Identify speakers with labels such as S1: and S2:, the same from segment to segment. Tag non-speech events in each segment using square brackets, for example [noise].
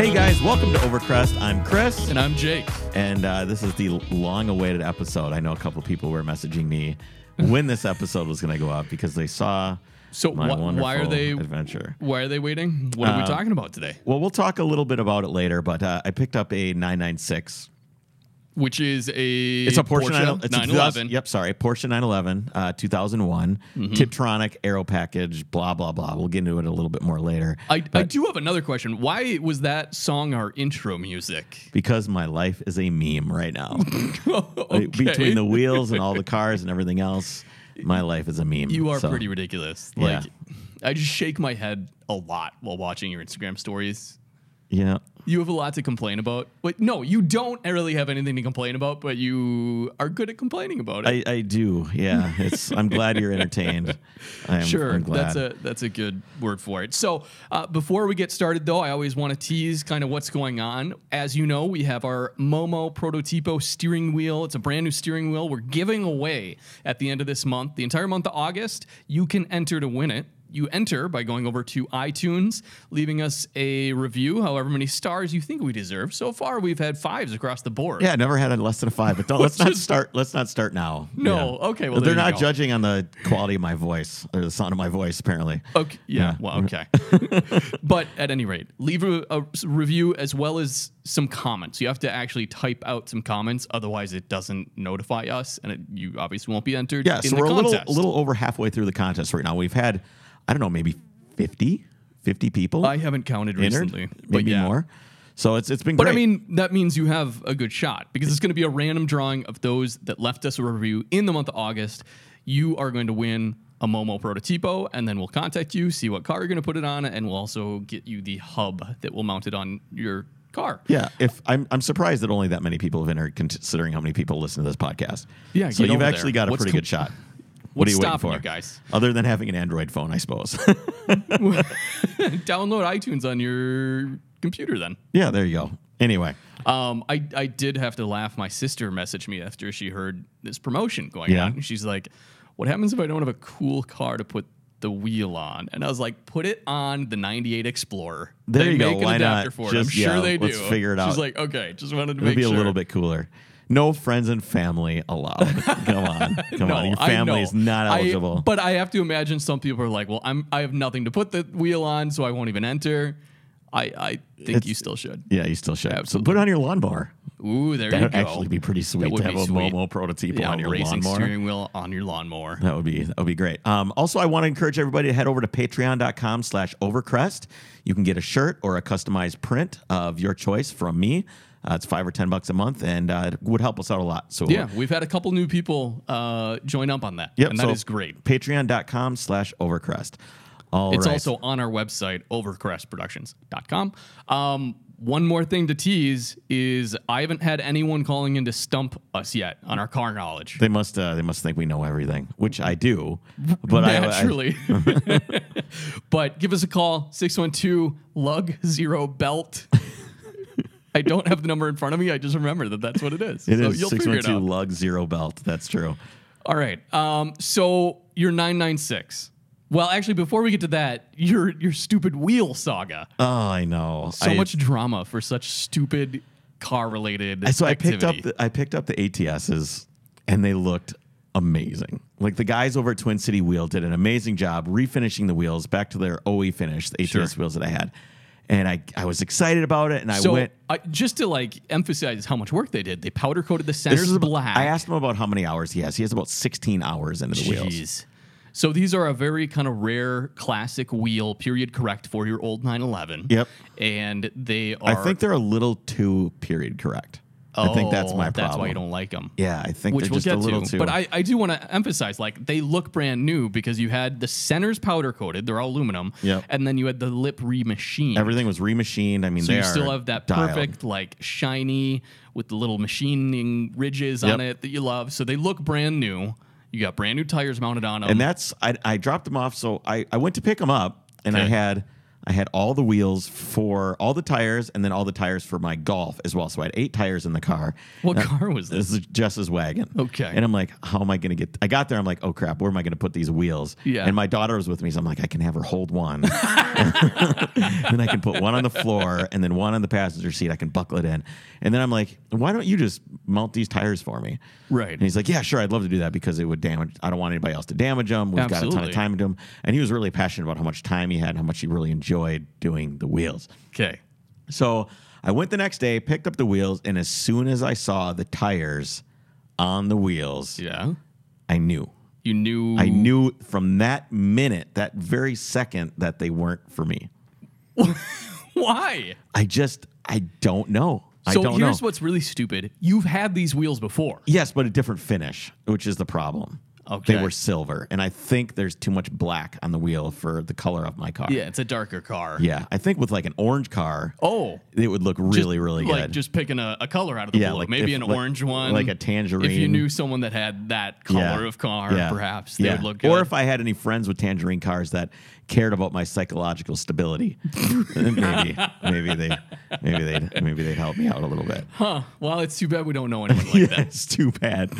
S1: Welcome to Overcrest. I'm Chris,
S2: And I'm Jake.
S1: and uh, this is the long-awaited episode. I know a couple people were messaging me when this episode was going to go up because they saw
S2: So
S1: my
S2: wh-
S1: wonderful
S2: why are they
S1: adventure.
S2: why are they waiting? What
S1: Uh,
S2: are we talking about today?
S1: Well, we'll talk a little bit about it later, but uh, I picked up a 996.
S2: Which is a
S1: It's a Porsche, 911. it's a
S2: 911.
S1: 2000 Yep, sorry, Porsche 911, uh, 2001,
S2: Mm-hmm.
S1: Tiptronic Aero package. Blah blah blah. We'll get into it a little bit more later.
S2: I, I do have another question. Why was that song our intro music?
S1: because my life is a meme right
S2: [laughs]
S1: now.
S2: Okay.
S1: Between the wheels and all the cars and everything else, my life is a meme.
S2: you are
S1: So,
S2: pretty ridiculous.
S1: Yeah.
S2: Like I just shake my head a lot while watching your Instagram stories.
S1: Yeah.
S2: You have a lot to complain about. But no, you don't really have anything to complain about, but you are good at complaining about it.
S1: I, I do. Yeah. It's. I'm glad you're entertained. I'm,
S2: Sure,
S1: I'm glad.
S2: that's a that's a good word for it. So uh, before we get started, though, I always want to tease kind of what's going on. As you know, we have our Momo Prototipo steering wheel. It's a brand new steering wheel we're giving away at the end of this month, the entire month of August. You can enter to win it. You enter by going over to iTunes, leaving us a review, however many stars you think we deserve. So far, we've had fives across the board.
S1: yeah. I never had a less than a five. But don't, let's not start. Let's not start now.
S2: No,
S1: Yeah.
S2: okay, well,
S1: they're
S2: there you
S1: not
S2: go.
S1: judging on the quality of my voice or the sound of my voice. Apparently.
S2: Okay. Yeah.
S1: Yeah. [laughs]
S2: Well, okay. but at any rate, leave a, a s- review as well as some comments. You have to actually type out some comments, otherwise it doesn't notify us, and it, you obviously won't be entered.
S1: Yeah.
S2: in
S1: So
S2: the
S1: we're a little,
S2: contest.
S1: a little over halfway through the contest right now. We've had, I don't know, maybe 50, 50 people
S2: I haven't counted
S1: entered,
S2: recently, but
S1: maybe
S2: yeah.
S1: more. So it's it's been
S2: But
S1: great.
S2: I mean, that means you have a good shot because it's going to be a random drawing of those that left us a review in the month of August. You are going to win a Momo Prototipo, and then we'll contact you, see what car you're going to put it on, and we'll also get you the hub that will mount it on your car.
S1: Yeah, if I'm I'm surprised that only that many people have entered, considering how many people listen to this podcast.
S2: Yeah,
S1: so
S2: get
S1: you've
S2: over
S1: actually
S2: there.
S1: got a
S2: What's
S1: pretty
S2: com-
S1: good
S2: [laughs]
S1: shot. What are
S2: What's
S1: you waiting
S2: stopping
S1: for,
S2: you guys?
S1: Other than having an Android phone, I suppose. [laughs]
S2: download iTunes on your computer then.
S1: yeah, there you go. Anyway,
S2: Um, I, I did have to laugh. My sister messaged me after she heard this promotion going
S1: Yeah.
S2: on. And she's like, What happens if I don't have a cool car to put the wheel on? And I was like, Put it on the 98 Explorer.
S1: There
S2: they
S1: you go.
S2: Make
S1: Why
S2: an
S1: not?
S2: adapter for it. I'm
S1: Just-
S2: sure
S1: yeah,
S2: they do.
S1: let's figure it out.
S2: She's like, Okay, just wanted to
S1: it'll
S2: make
S1: be a
S2: sure.
S1: little bit cooler. No friends and family
S2: [laughs]
S1: allowed. come on, come on. Your
S2: I
S1: family
S2: know.
S1: is not
S2: I-
S1: eligible.
S2: but I have to imagine some people are like, well, I'm I have nothing to put the wheel on, so I won't even enter. I, I think
S1: It's-
S2: you still should.
S1: yeah, you still should. So
S2: Absolutely.
S1: put it on your lawnmower.
S2: Ooh, there
S1: That
S2: you
S1: would
S2: go.
S1: actually be pretty sweet
S2: would
S1: to have
S2: be
S1: a
S2: sweet.
S1: Momo prototype
S2: yeah,
S1: on your
S2: racing
S1: lawnmower.
S2: steering wheel on your lawnmower.
S1: That would be that would be great. Um, also, I want to encourage everybody to head over to patreon.com slash overcrest. You can get a shirt or a customized print of your choice from me. Uh, it's five or ten bucks a month, and uh, it would help us out a lot. So
S2: Yeah, we've had a couple new people uh, join up on that,
S1: Yep,
S2: and that is
S1: so
S2: great.
S1: Patreon.com slash overcrest. All right.
S2: It's also on our website, overcrestproductions.com. Um, one more thing to tease is I haven't had anyone calling in to stump us yet on our car knowledge.
S1: they must uh, they must think we know everything, which I do.
S2: [laughs]
S1: But I- [laughs] I,
S2: Naturally. but give us a call, 612 lug zero belt. [laughs] I don't have the number in front of me. I just remember that that's what it is.
S1: it
S2: so
S1: is
S2: you'll
S1: six
S2: figure
S1: one
S2: it
S1: two
S2: out.
S1: lug zero belt. That's true.
S2: All right. Um, so your 996. Well, actually, before we get to that, your your stupid wheel saga.
S1: Oh, I know.
S2: So
S1: I-
S2: much drama for such stupid car related.
S1: so I picked up the, I picked up the ATSs and they looked amazing. Like the guys over at Twin City Wheel did an amazing job refinishing the wheels back to their OE finish, the ATS wheels that I had. And I, I was excited about it and I
S2: so
S1: went
S2: I, just to like emphasize how much work they did, they powder coated the centers
S1: This is about-
S2: black.
S1: I asked him about how many hours he has. He has about 16 hours into the wheels.
S2: Jeez. So these are a very kind of rare classic wheel, period correct for your old 911.
S1: Yep.
S2: And they are.
S1: I think they're a little too period correct. I think that's
S2: Oh,
S1: my problem.
S2: That's why you don't like them.
S1: yeah, I think
S2: which
S1: they're
S2: we'll
S1: just
S2: get
S1: a little
S2: to.
S1: too
S2: But I, I do want to emphasize, like they look brand new because you had the centers powder coated; they're all aluminum.
S1: Yep.
S2: And then you had the lip remachined.
S1: everything was remachined. I mean,
S2: So
S1: they
S2: you
S1: are
S2: still have that
S1: dialed.
S2: perfect, like shiny with the little machining ridges on
S1: Yep.
S2: it that you love. So they look brand new. You got brand new tires mounted on them.
S1: and that's I, I dropped them off. So I, I went to pick them up, and I
S2: Okay.
S1: had I had all the wheels for all the tires, and then all the tires for my golf as well. So I had eight tires in the car.
S2: What
S1: And I-
S2: car was this?
S1: This is Jess's wagon.
S2: Okay.
S1: And I'm like, how am I going to get? I got there. I'm like, oh crap, where am I going to put these wheels?
S2: Yeah.
S1: And my daughter was with me, so I'm like, I can have her hold
S2: [laughs]
S1: one. [laughs] then I can put one on the floor and then one on the passenger seat. I can buckle it in. And then I'm like, why don't you just mount these tires for me?
S2: Right.
S1: And he's like, yeah, sure, I'd love to do that because it would damage. I don't want anybody else to damage them. We've got a ton
S2: Absolutely.
S1: of time into them. And he was really passionate about how much time he had, and how much he really enjoyed doing the wheels.
S2: Okay.
S1: So I went the next day, picked up the wheels, and as soon as I saw the tires on the wheels,
S2: Yeah.
S1: I knew.
S2: You knew.
S1: I knew from that minute, that very second, that they weren't for me.
S2: Why?
S1: I just, I don't know. I
S2: So
S1: don't
S2: here's
S1: know.
S2: what's really stupid. You've had these wheels before.
S1: yes, but a different finish, which is the problem.
S2: Okay.
S1: They were silver, and I think there's too much black on the wheel for the color of my car.
S2: Yeah, it's a darker car.
S1: Yeah. I think with like an orange car,
S2: Oh.
S1: it would look really,
S2: Just,
S1: really
S2: like
S1: good.
S2: just picking a, a color out of the
S1: Yeah,
S2: blue.
S1: like
S2: Maybe
S1: if-
S2: an
S1: like-
S2: orange one,
S1: like a tangerine.
S2: If you knew someone that had that color of car,
S1: Yeah.
S2: perhaps they
S1: Yeah.
S2: would look good.
S1: Or if I had any friends with tangerine cars that cared about my psychological stability, [laughs] maybe, maybe they, maybe they, maybe they'd help me out a little bit.
S2: huh? Well, it's too bad we don't
S1: [laughs]
S2: know anyone like
S1: yeah,
S2: that.
S1: it's too bad.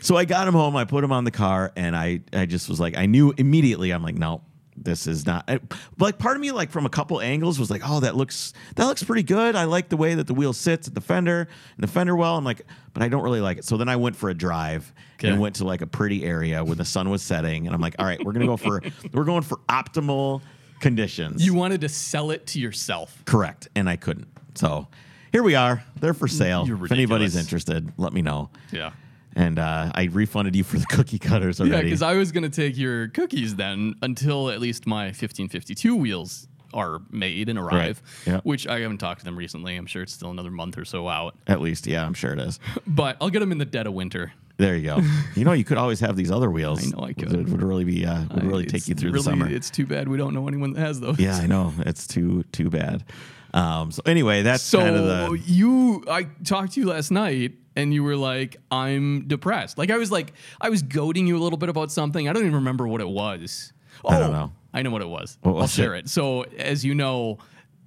S1: So I got him home. I put him on the car, and I, I just was like, I knew immediately. I'm like, no, this is not. I, like, part of me, like from a couple angles, was like, oh, that looks that looks pretty good. I like the way that the wheel sits at the fender and the fender well. I'm like, but I don't really like it. So then I went for a drive
S2: Okay.
S1: and went to like a pretty area where the sun was setting, and I'm like, all right, we're gonna go for [laughs] we're going for optimal conditions.
S2: You wanted to sell it to yourself.
S1: Correct. And I couldn't. So here we are. They're for sale.
S2: Mm, You're
S1: if anybody's
S2: ridiculous.
S1: interested, let me know.
S2: Yeah.
S1: And uh, I refunded you for the cookie cutters
S2: Yeah,
S1: already.
S2: because I was gonna take your cookies then until at least my 1552 wheels are made and arrive,
S1: Yeah.
S2: which I haven't talked to them recently. I'm sure it's still another month or so out,
S1: At least, yeah, I'm sure it is.
S2: but I'll get them in the dead of winter.
S1: There you go. you know, you could always have these other wheels.
S2: [laughs] I know I could.
S1: It would really be uh, would really
S2: It's
S1: take you through
S2: really-
S1: the summer.
S2: It's too bad we don't know anyone that has those.
S1: Yeah, I know. It's too too bad. Um, so anyway, that's
S2: So
S1: kind of the
S2: you, I talked to you last night, and you were like, "I'm depressed." Like I was like, I was goading you a little bit about something. I don't even remember what it was. Oh,
S1: I don't know.
S2: I know what it was.
S1: What was
S2: I'll share
S1: it?
S2: it? So as you know,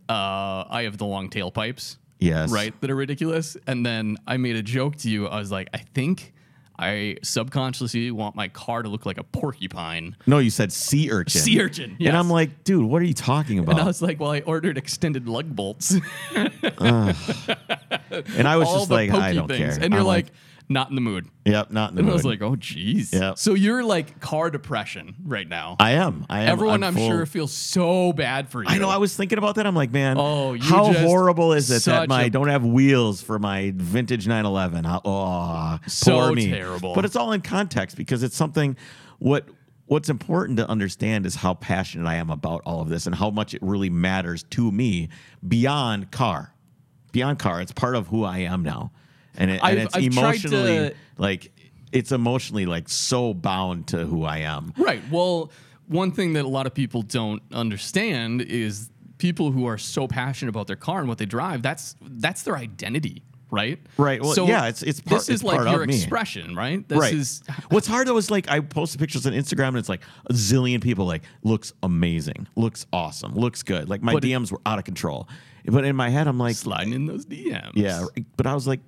S2: uh, I have the long tailpipes,
S1: yes.
S2: right? That are ridiculous. And then I made a joke to you. I was like, I think. I subconsciously want my car to look like a porcupine.
S1: No, you said sea urchin.
S2: Sea urchin, yes.
S1: And I'm like, dude, what are you talking about?
S2: And I was like, well, I ordered extended lug bolts.
S1: was
S2: [laughs] all
S1: just
S2: the
S1: like,
S2: pokey
S1: I don't
S2: things.
S1: care.
S2: And you're
S1: I'm
S2: like, not in the mood.
S1: yep, not in the
S2: And I
S1: mood.
S2: was like, oh, geez.
S1: Yeah.
S2: So you're like car depression right now.
S1: I am. I am.
S2: Everyone, I'm,
S1: full-
S2: sure, feels so bad for you.
S1: I know. I was thinking about that. I'm like, man,
S2: Oh, you
S1: how
S2: just-
S1: horrible is it
S2: such
S1: that my
S2: a-
S1: don't have wheels for my vintage 911? How- Oh,
S2: So
S1: poor me.
S2: terrible.
S1: But it's all in context because it's something. What What's important to understand is how passionate I am about all of this and how much it really matters to me beyond car, beyond car. It's part of who I am now, and, it,
S2: I've-
S1: and it's
S2: I've tried to-
S1: emotionally like it's emotionally like so bound to who I am.
S2: Right. Well, one thing that a lot of people don't understand is people who are so passionate about their car and what they drive, that's that's their identity, right?
S1: Right. Well, yeah, it's- it's part-
S2: This is
S1: it's
S2: like
S1: part of
S2: your
S1: me.
S2: expression, right? This
S1: right.
S2: is
S1: What's hard though is like I posted pictures on Instagram and it's like a zillion people like looks amazing, looks awesome, looks good. Like my
S2: But it-
S1: DMs were out of control. But in my head, I'm like,
S2: sliding in those DMs.
S1: yeah. right. But I was like,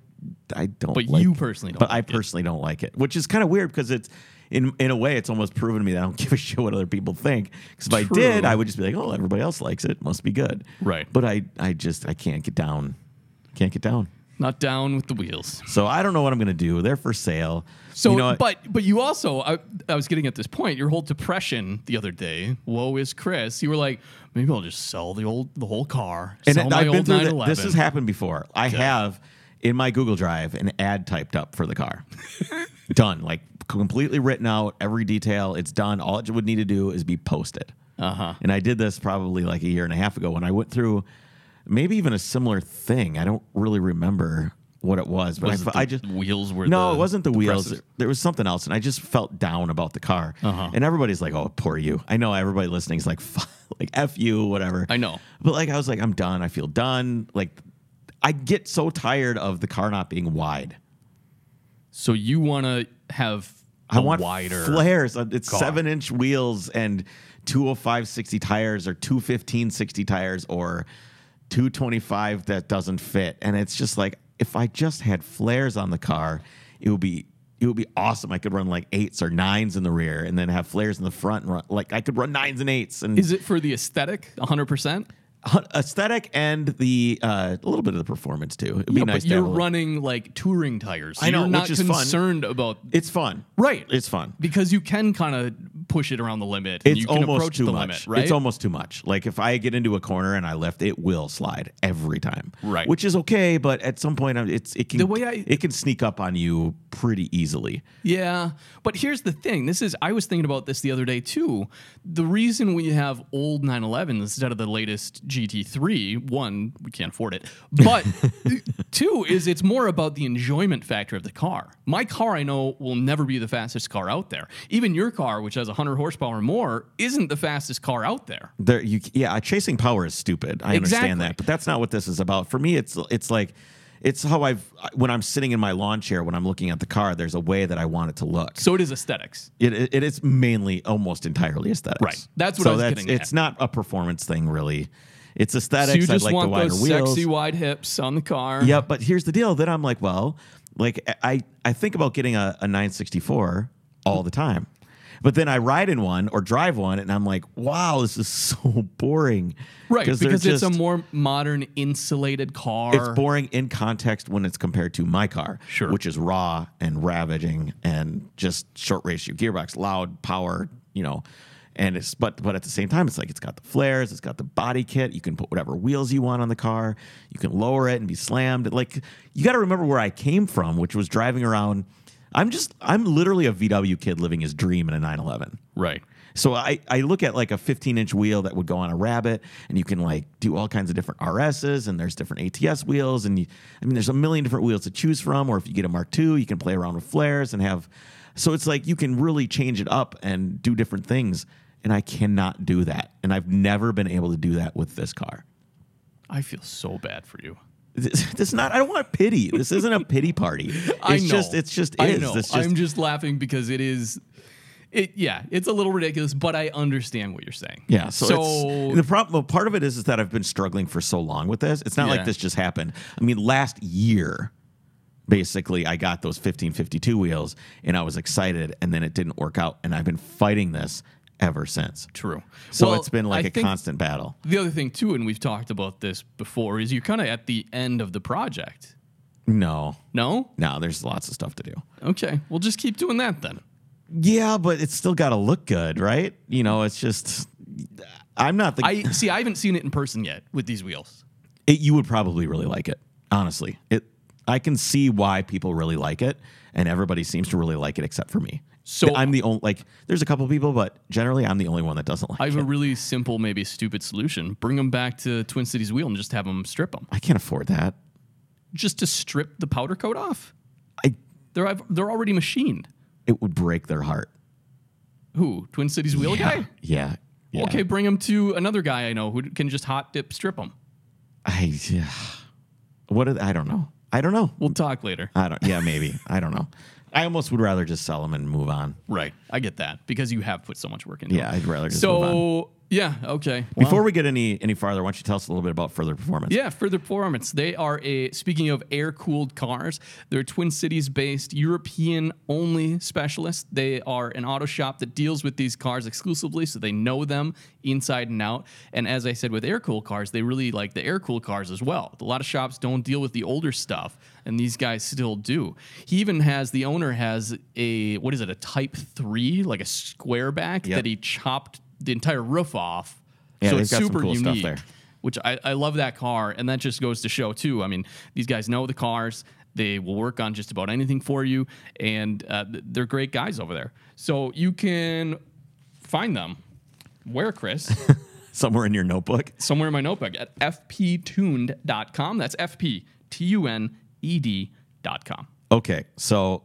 S1: I don't.
S2: But
S1: like
S2: you
S1: it.
S2: personally don't
S1: But I
S2: like it.
S1: personally don't like it, which is kind of weird because it's. In, in a way, it's almost proven to me that I don't [laughs] give a shit what other people think. Because if I
S2: True.
S1: did, I would just be like, "Oh, everybody else likes it, must be good."
S2: Right.
S1: But I, I just, I can't get down, can't get down.
S2: Not down with the wheels.
S1: So I don't know what I'm gonna do. They're for sale.
S2: So,
S1: You know what?
S2: but but you also, I, I was getting at this point. Your whole depression the other day. Woe is Chris. You were like, maybe I'll just sell the old the whole car.
S1: And
S2: sell
S1: it-
S2: my
S1: I've been
S2: old
S1: through
S2: 911.
S1: that. This has happened before. I have in my Google Drive an ad typed up for the
S2: [laughs]
S1: car. done. Like completely written out, every detail. It's done. All it would need to do is be posted. Uh-huh. And I did this probably like a year and a half ago when I went through maybe even a similar thing. I don't really remember what it was, but
S2: Was
S1: I,
S2: it the
S1: I just
S2: wheels were
S1: no,
S2: the
S1: it wasn't the wheels.
S2: depressors? Uh-huh.
S1: There was something else, and I just felt down about the car. And everybody's like, "Oh, poor you." I know everybody listening is like, [laughs] "F- "Like f you," whatever.
S2: I know.
S1: But like, I was like, "I'm done. I feel done." Like, I get so tired of the car not being wide.
S2: So you want to have
S1: I want
S3: wider
S1: flares. Uh, It's
S3: car.
S1: seven inch wheels and 205 60 tires or 215 60 tires or 225 that doesn't fit. And it's just like, if I just had flares on the car, it would be. It would be awesome. I could run like eights or nines in the rear, and then have flares in the front. And run, like I could run nines and eights. And
S2: Is it for the aesthetic? 100%?
S1: Hun- aesthetic and the uh, a little bit of the performance too. It'd be
S2: Yeah,
S1: nice.
S2: but
S1: to
S2: you're
S1: have a-
S2: running like touring tires.
S1: I know,
S2: you're not
S1: which is fun.
S2: concerned about
S1: It's fun,
S2: Right.
S1: It's fun.
S2: because you can kind of push it around the limit. and
S1: It's
S2: you can
S1: almost
S2: approach
S1: too
S2: the
S1: much.
S2: limit, right?
S1: It's almost too much. Like if I get into a corner and I lift, it will slide every time.
S2: Right.
S1: Which is okay, but at some point, I'm- it's it can
S2: The way I-
S1: it can sneak up on you pretty easily.
S2: Yeah, but here's the thing. This is I was thinking about this the other day too. The reason we have old 911s instead of the latest GT3, one, we can't afford it,
S1: [laughs]
S2: but two is it's more about the enjoyment factor of the car. My car I know will never be the fastest car out there. Even your car which has 100 horsepower or more isn't the fastest car out there.
S1: There, you yeah, chasing power is stupid. I understand
S2: Exactly.
S1: that, but that's not what this is about. For me, it's it's like it's how I've when I'm sitting in my lawn chair when I'm looking at the car. There's a way that I want it to look.
S2: So it is aesthetics.
S1: It, it, it is mainly almost entirely aesthetics.
S2: Right. That's what I was getting at.
S1: It's not a performance thing, really. It's
S2: So
S1: aesthetics.
S2: you just
S1: I'd like
S2: want
S1: the wider
S2: those
S1: wheels.
S2: sexy wide hips on the car.
S1: yeah, but here's the deal. Then I'm like, well, like I, I think about getting a, a 964 all the time. But then I ride in one or drive one, and I'm like, wow, this is [laughs] so boring.
S2: Right,
S1: they're
S2: because it's a
S1: just-
S2: more modern insulated car.
S1: It's boring in context when it's compared to my car,
S2: Sure.
S1: which is raw and ravaging and just short ratio gearbox, loud power, you know. And it's but but at the same time, it's like it's got the flares, it's got the body kit. You can put whatever wheels you want on the car. You can lower it and be slammed. Like you got to remember where I came from, which was driving around. I'm just I'm literally a VW kid living his dream in a 911.
S2: Right.
S1: So I, I look at like a 15 inch wheel that would go on a rabbit, and you can like do all kinds of different RSs, and there's different ATS wheels, and you, I mean there's a million different wheels to choose from. Or if you get a Mark II, you can play around with flares and have. So it's like you can really change it up and do different things, and I cannot do that, and I've never been able to do that with this car.
S2: I feel so bad for you.
S1: This, [laughs] this is not. I don't want pity. This isn't a pity party. It's
S2: [laughs] I know.
S1: just. It's just. Is.
S2: I know.
S1: This just,
S2: I'm just laughing because it is. It yeah, it's a little ridiculous, but I understand what you're saying.
S1: Yeah. So,
S2: so
S1: it's, the problem, well, part of it is, is that I've been struggling for so long with this. It's not
S2: Yeah.
S1: like this just happened. I mean, last year, basically, I got those 1552 wheels and I was excited, and then it didn't work out. And I've been fighting this ever since.
S2: true.
S1: So
S2: Well,
S1: it's been like
S2: I
S1: a
S2: think
S1: constant battle.
S2: The other thing too, and we've talked about this before, is you're kind of at the end of the project.
S1: No,
S2: No.
S1: no, there's lots of stuff to do.
S2: Okay. We'll just keep doing that then.
S1: Yeah, but it's still got to look good, right? You know, it's just, I'm not the
S2: I see. I haven't seen it in person yet with these wheels.
S1: it, you would probably really like it. Honestly, it I can see why people really like it, and everybody seems to really like it except for me.
S2: So-
S1: I'm the only like. There's a couple people, but generally, I'm the only one that doesn't like
S2: I have
S1: it.
S2: a really simple, maybe stupid solution. Bring them back to Twin Cities Wheel and just have them strip them.
S1: I can't afford that.
S2: Just to strip the powder coat off.
S1: I
S2: They're I've- they're already machined.
S1: it would break their heart.
S2: Who? Twin Cities Wheel guy?
S1: Yeah. yeah.
S2: Okay, bring him to another guy I know who can just hot dip strip him.
S1: I yeah. What? Are, I don't know. I don't know.
S2: We'll talk later.
S1: I don't. Yeah, maybe. [laughs] I don't know. I almost would rather just sell them and move on.
S2: Right. I get that because you have put so much work into
S1: Yeah,
S2: it.
S1: I'd rather just move on.
S2: So, yeah, okay. Well,
S1: Before we get any any farther, why don't you tell us a little bit about further performance?
S2: yeah, further performance. They are a, speaking of air cooled cars, they're a Twin Cities based, European only specialist. They are an auto shop that deals with these cars exclusively, so they know them inside and out. And as I said, with air cooled cars, they really like the air cooled cars as well. A lot of shops don't deal with the older stuff, and these guys still do. He even has, the owner has a, what is it, a Type 3, like a square back
S1: Yep.
S2: that he chopped the entire roof off.
S1: Yeah,
S2: so
S1: they've
S2: it's
S1: got some
S2: super
S1: cool
S2: unique
S1: stuff there.
S2: which I, I love that car. And that just goes to show, too. I mean, these guys know the cars. They will work on just about anything for you. And uh, th- they're great guys over there. So you can find them.
S1: [laughs]
S2: Where, Chris?
S1: Somewhere in your notebook.
S2: Somewhere in my notebook at fptuned.com. That's F-P-T-U-N-E-D E dot com.
S1: Okay. So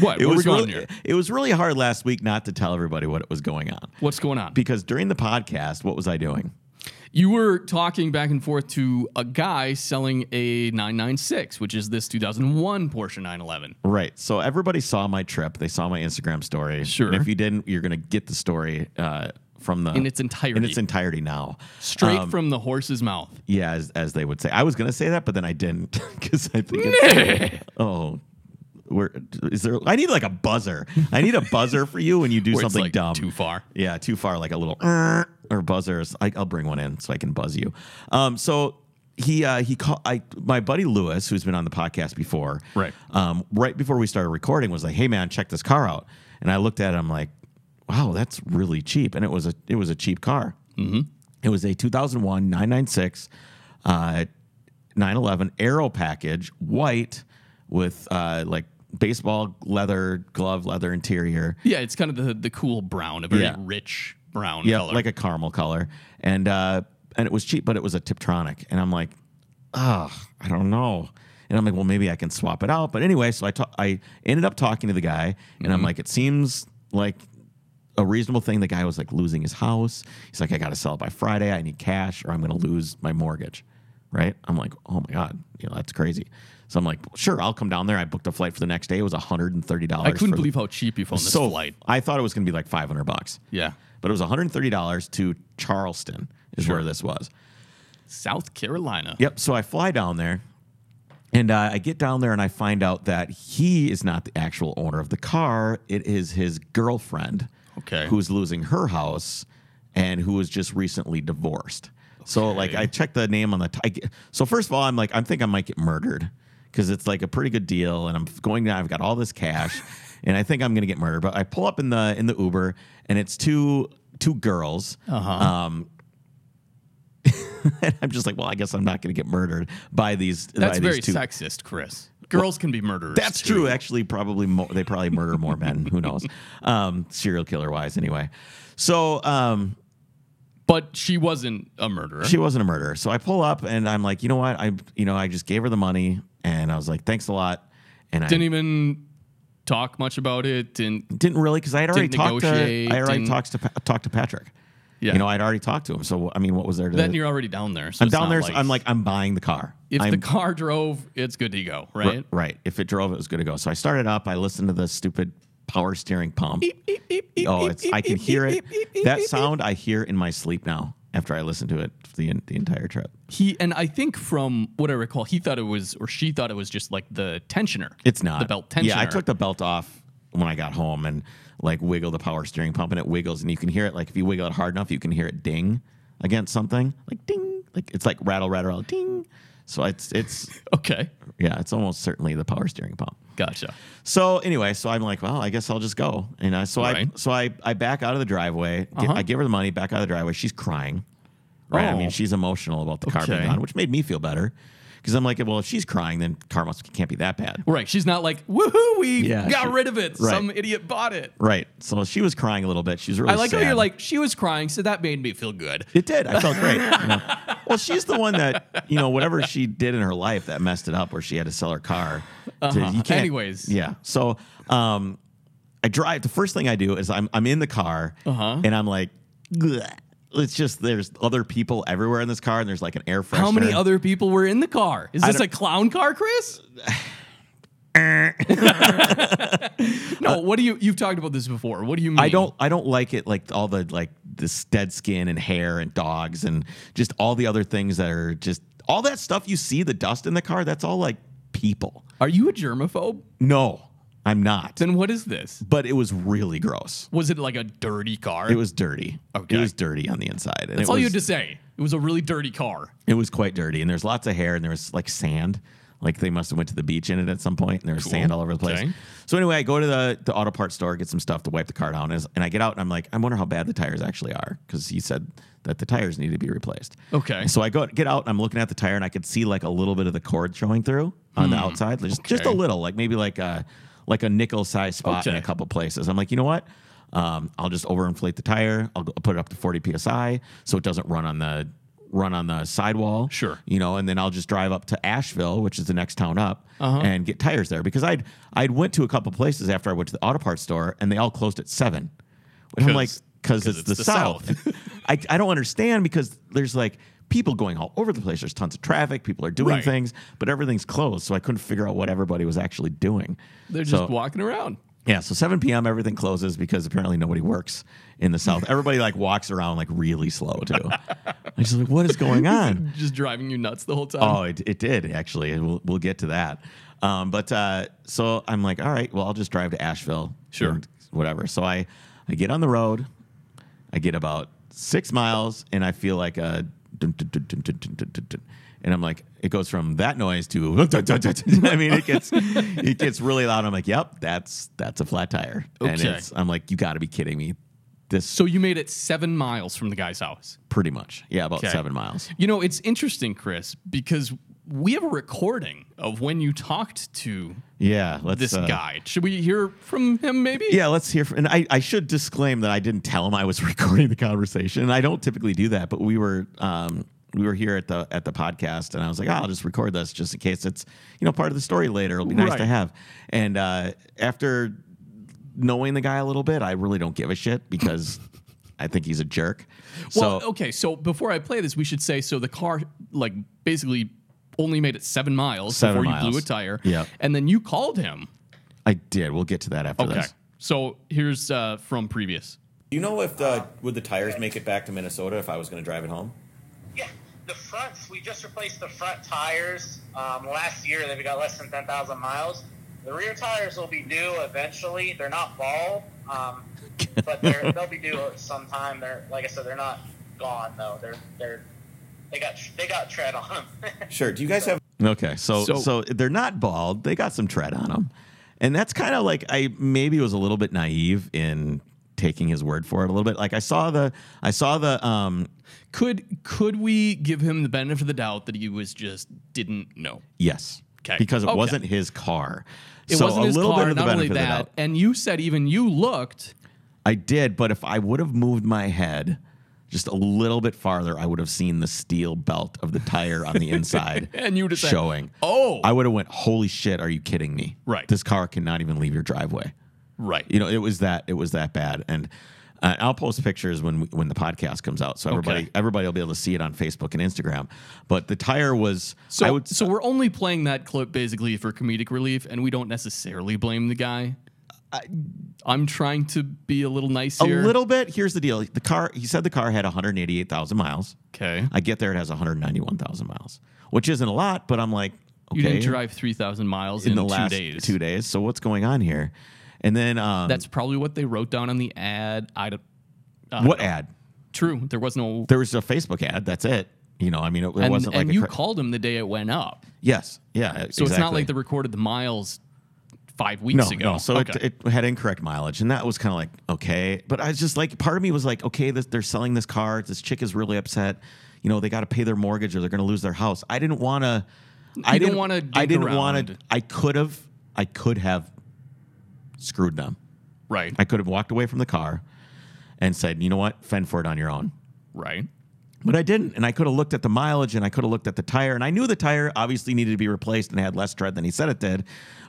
S2: What?
S1: it
S2: Where
S1: was
S2: we going
S1: really,
S2: here?
S1: it was really hard last week not to tell everybody what was going on
S2: What's going on?
S1: because during the podcast, what was I doing?
S2: You were talking back and forth to a guy selling a 996, which is this 2001 Porsche 911.
S1: Right. So everybody saw my trip. They saw my Instagram story.
S2: Sure.
S1: And if you didn't, you're going to get the story uh, from the
S2: In its entirety.
S1: In its um, entirety now. Uh,
S2: Straight from the horse's mouth.
S1: Yeah, as, as they would say. I was going to say that, but then I didn't [laughs] because I think. It's, [laughs] oh, where is there? I need like a buzzer. I need a buzzer for you when you do
S2: Where it's,
S1: something
S2: like,
S1: dumb.
S2: Too far. Uh.
S1: Yeah, too far, like a little "Er," or buzzers. I, I'll bring one in so I can buzz you. Um, so he uh, he called I my buddy Lewis, who's been on the podcast before.
S2: Right.
S1: Um, right before we started recording, was like, "Hey man, check this car out." And I looked at it. I'm like, "Wow, that's really cheap." And it was a it was a cheap car. Mm-hmm. It was a 2001 996 uh, 911 Aero package, white with uh, like baseball leather glove leather interior.
S2: Yeah, it's kind of the, the cool brown, a very
S1: Yeah.
S2: rich brown
S1: Yeah,
S2: color.
S1: like a caramel color, and uh, and it was cheap, but it was a Tiptronic, and I'm like, ah, I don't know, and I'm like, well, maybe I can swap it out, but anyway, so I ta- I ended up talking to the guy, and
S2: Mm-hmm.
S1: I'm like, it seems like a reasonable thing. The guy was like losing his house. He's like, I got to sell it by Friday. I need cash, or I'm going to lose my mortgage. Right? I'm like, oh my god, you know that's crazy. So I'm like, sure, I'll come down there. I booked a flight for the next day. It was 130 dollars.
S2: I couldn't believe how cheap you found this
S1: so
S2: flight.
S1: I thought it was going to be like 500 bucks
S2: Yeah.
S1: but it was $130 to Charleston is where this was.
S2: South Carolina.
S1: Yep. So I fly down there and uh, I get down there and I find out that he is not the actual owner of the car. It is his girlfriend
S2: Okay.
S1: who's losing her house and who was just recently divorced. So like I checked the name on the t- I get- so first of all I'm like I think I might get murdered because it's like a pretty good deal and I'm going down I've got all this cash and I think I'm gonna get murdered but I pull up in the in the Uber and it's two two girls um and I'm just like well I guess I'm not gonna get murdered by these
S2: That's
S1: by
S2: very
S1: these two
S2: sexist, Chris. Girls can be murderers.
S1: that's
S2: too.
S1: true. Actually, probably mo- they probably murder more men. Who knows? [laughs] Um, serial killer wise, anyway. So um,
S2: But she wasn't a murderer.
S1: she wasn't a murderer. So I pull up and I'm like, you know what? I you know I just gave her the money and I was like, thanks a lot. And
S2: didn't
S1: I
S2: even talk much about it. And
S1: didn't really because I had already
S2: didn't
S1: talked to
S2: negotiate,
S1: I already
S2: didn't-
S1: talked to Pa- talked to Patrick.
S2: Yeah.
S1: You know, I'd already talked to him. So I mean, what was there to?
S2: then you're already down there. So
S1: I'm
S2: it's
S1: down
S2: not
S1: there. so I'm like, I'm buying the car.
S2: if
S1: I'm
S2: the car drove, it's good to go, right?
S1: Right. If it drove, it was good to go. So I started up. I listened to the stupid power steering pump. oh, it's, I can hear it. that sound I hear in my sleep now after I listen to it the, the entire trip.
S2: He and I think from what I recall, he thought it was or she thought it was just like the tensioner.
S1: It's not.
S2: the belt tensioner.
S1: Yeah, I took the belt off when I got home and like wiggle the power steering pump and it wiggles and you can hear it. Like if you wiggle it hard enough, you can hear it ding against something like ding. Like it's like rattle, rattle, rattle, ding. So it's, it's,
S2: Okay,
S1: yeah, it's almost certainly the power steering pump.
S2: gotcha.
S1: So anyway, so I'm like, well, I guess I'll just go. And I, so I
S2: Right.
S1: so I I back out of the driveway. Gi-
S2: Uh-huh.
S1: I give her the money. Back out of the driveway. She's crying. Right. I
S2: Oh.
S1: mean, she's emotional about the car being
S2: Okay.
S1: gone, which made me feel better because I'm like, well, if she's crying, then car must can't be that bad.
S2: Right, she's not like woohoo, we
S1: Yeah,
S2: got
S1: she-
S2: rid of it.
S1: right.
S2: Some idiot bought it.
S1: Right. So she was crying a little bit. She's really.
S2: I like how
S1: sad.
S2: you're like she was crying, so that made me feel good.
S1: It did. I felt great. you know. [laughs] Well, she's the one that you know whatever she did in her life that messed it up, where she had to sell her car. to- you can't-
S2: Uh-huh. Anyways.
S1: yeah. So, um, I drive. The first thing I do is I'm I'm in the car,
S2: Uh-huh.
S1: and I'm like, "Ugh." it's just there's other people everywhere in this car, and there's like an air freshener.
S2: How many other people were in the car? Is
S1: I
S2: this
S1: don't-
S2: a clown car,
S1: [laughs]
S2: Chris? [laughs] no, what do you you've talked about this before. What do you mean?
S1: I don't I don't like it like all the like this dead skin and hair and dogs and just all the other things that are just all that stuff you see the dust in the car. That's all like people.
S2: Are you a germaphobe?
S1: No, I'm not.
S2: Then what is this?
S1: but it was really gross.
S2: Was it like a dirty car?
S1: It was dirty.
S2: Okay.
S1: It was dirty on the inside. And
S2: That's
S1: it
S2: all
S1: was,
S2: you had to say. It was a really dirty car.
S1: It was quite dirty, and there's lots of hair, and there was like sand. Like they must have went to the beach in it at some point, and there was sand all over the place.
S2: Okay.
S1: So anyway, I go to the, the auto parts store, get some stuff to wipe the car down, and and I get out, and I'm like, I wonder how bad the tires actually are, because he said that the tires need to be replaced.
S2: Okay.
S1: So I go get out, and I'm looking at the tire, and I could see like a little bit of the cord showing through on the outside, just just a
S2: Hmm. Okay.
S1: little, like maybe like a like a nickel size spot in a
S2: Okay.
S1: couple places. I'm like, you know what? Um, I'll just overinflate the tire. I'll go, put it up to 40 psi so it doesn't run on the run on the sidewall.
S2: Sure.
S1: You know, and then I'll just drive up to Asheville, which is the next town up, and get tires there because I'd I'd went to a couple places after I went to the auto parts store and they all closed at seven. And I'm like, because it's, the, South. And I, [laughs] I don't understand because there's like people going all over the place. There's tons of traffic. People are doing
S2: Right.
S1: things, but everything's closed. So I couldn't figure out what everybody was actually doing.
S2: They're
S1: So-
S2: just walking around.
S1: yeah, so 7 p.m. everything closes because apparently nobody works in the South. Everybody like walks around like really slow too. I'm just like, what is going on?
S2: Just driving you nuts the whole time.
S1: Oh, it, it did actually. and We'll, we'll get to that. Um, but uh, so I'm like, all right, well, I'll just drive to Asheville.
S2: Sure.
S1: and Whatever. So I, I get on the road. I get about six miles and I feel like a. dun, dun, dun, dun, dun, dun, dun, dun, dun. And I'm like, it goes from that noise to. [laughs] dun, dun, dun, dun, dun. I mean, it gets it gets really loud. I'm like, yep, that's that's a flat tire. And
S2: Okay.
S1: it's, I'm like, you got to be kidding me. This
S2: So you made it seven miles from the guy's house.
S1: pretty much, yeah, about
S2: Okay.
S1: seven miles.
S2: You know, it's interesting, Chris, because we have a recording of when you talked to
S1: Yeah, let's
S2: this
S1: uh,
S2: guy. Should we hear from him maybe?
S1: Yeah, let's hear from. And I, I should disclaim that I didn't tell him I was [laughs] recording the conversation. And I don't typically do that, but we were um, we were here at the at the podcast, and I was like, oh, I'll just record this just in case it's you know part of the story later. It'll be nice to
S2: Right.
S1: have. And uh, after knowing the guy a little bit, I really don't give a shit because I think he's a
S2: [laughs]
S1: jerk.
S2: Well,
S1: so
S2: okay, so before I play this, we should say so the car like basically only made it seven miles
S1: Seven
S2: before you
S1: miles.
S2: blew a tire.
S1: Yeah.
S2: And then you called him.
S1: I did. We'll get to that after
S2: Okay.
S1: this.
S2: So here's uh, from previous.
S1: Do you know if the, would the tires make it back to Minnesota if I was going to drive it home?
S3: Yeah, the fronts. We just replaced the front tires um, last year. They've got less than ten thousand miles. The rear tires will be due eventually. They're not bald, um, but they're, they'll be due sometime. They're like I said, they're not gone though. They're they're they got they got tread on [laughs] them.
S1: Sure. Do you guys have? Okay, so, so
S2: So-
S1: they're not bald. They got some tread on them, and that's kind of like I maybe was a little bit naive in taking his word for it a little bit. Like I saw the I saw the um
S2: Could could we give him the benefit of the doubt that he was just didn't know?
S1: yes
S2: 'Kay.
S1: because it
S2: Okay.
S1: wasn't his car.
S2: It
S1: so
S2: wasn't
S1: a
S2: his
S1: little
S2: car.
S1: bit of the
S2: not only
S1: benefit of the
S2: that,
S1: doubt.
S2: and you said even you looked.
S1: I did, but if I would have moved my head just a little bit farther, I would have seen the steel belt of the tire on the inside
S2: [laughs] And you would have said,
S1: showing.
S2: "Oh."
S1: I would have went, "Holy shit, are you kidding me?"
S2: Right.
S1: This car cannot even leave your driveway.
S2: Right.
S1: you know it was that it was that bad and uh, i'll post pictures when we, when the podcast comes out so everybody
S2: Okay.
S1: everybody will be able to see it on facebook and instagram but the tire was
S2: So,
S1: i would
S2: so we're only playing that clip basically for comedic relief, and we don't necessarily blame the guy. I, am trying to be a little nice
S1: a
S2: here.
S1: little bit here's the deal the car he said the car had 188000 miles
S2: Okay.
S1: i get there it has 191000 miles which isn't a lot but i'm like okay
S2: You didn't drive 3,000 miles in,
S1: in the
S2: two
S1: last
S2: days.
S1: two days so what's going on here and then um,
S2: That's probably what they wrote down on the ad. I don't, I
S1: what
S2: don't know.
S1: ad
S2: True. There was no.
S1: there was a facebook ad that's it you know i mean it, it
S2: and
S1: wasn't
S2: and
S1: like
S2: you
S1: a cra-
S2: called him the day it went up.
S1: yes yeah
S2: So it's not
S1: exactly.
S2: like they recorded the miles five
S1: No,
S2: weeks ago.
S1: no. So
S2: Okay.
S1: it, it had incorrect mileage, and that was kind of like okay. But I was just like, part of me was like, okay, this, they're selling this car. This chick is really upset. You know, they got to pay their mortgage or they're going to lose their house. I didn't want to. I
S2: didn't
S1: didn't
S2: wanna
S1: I
S2: dig
S1: didn't want to.
S2: around.
S1: I could have. I could have screwed them.
S2: right.
S1: I could have walked away from the car and said, you know what, fend for it on your own.
S2: right.
S1: But I didn't, and I could have looked at the mileage, and I could have looked at the tire, and I knew the tire obviously needed to be replaced and had less tread than he said it did.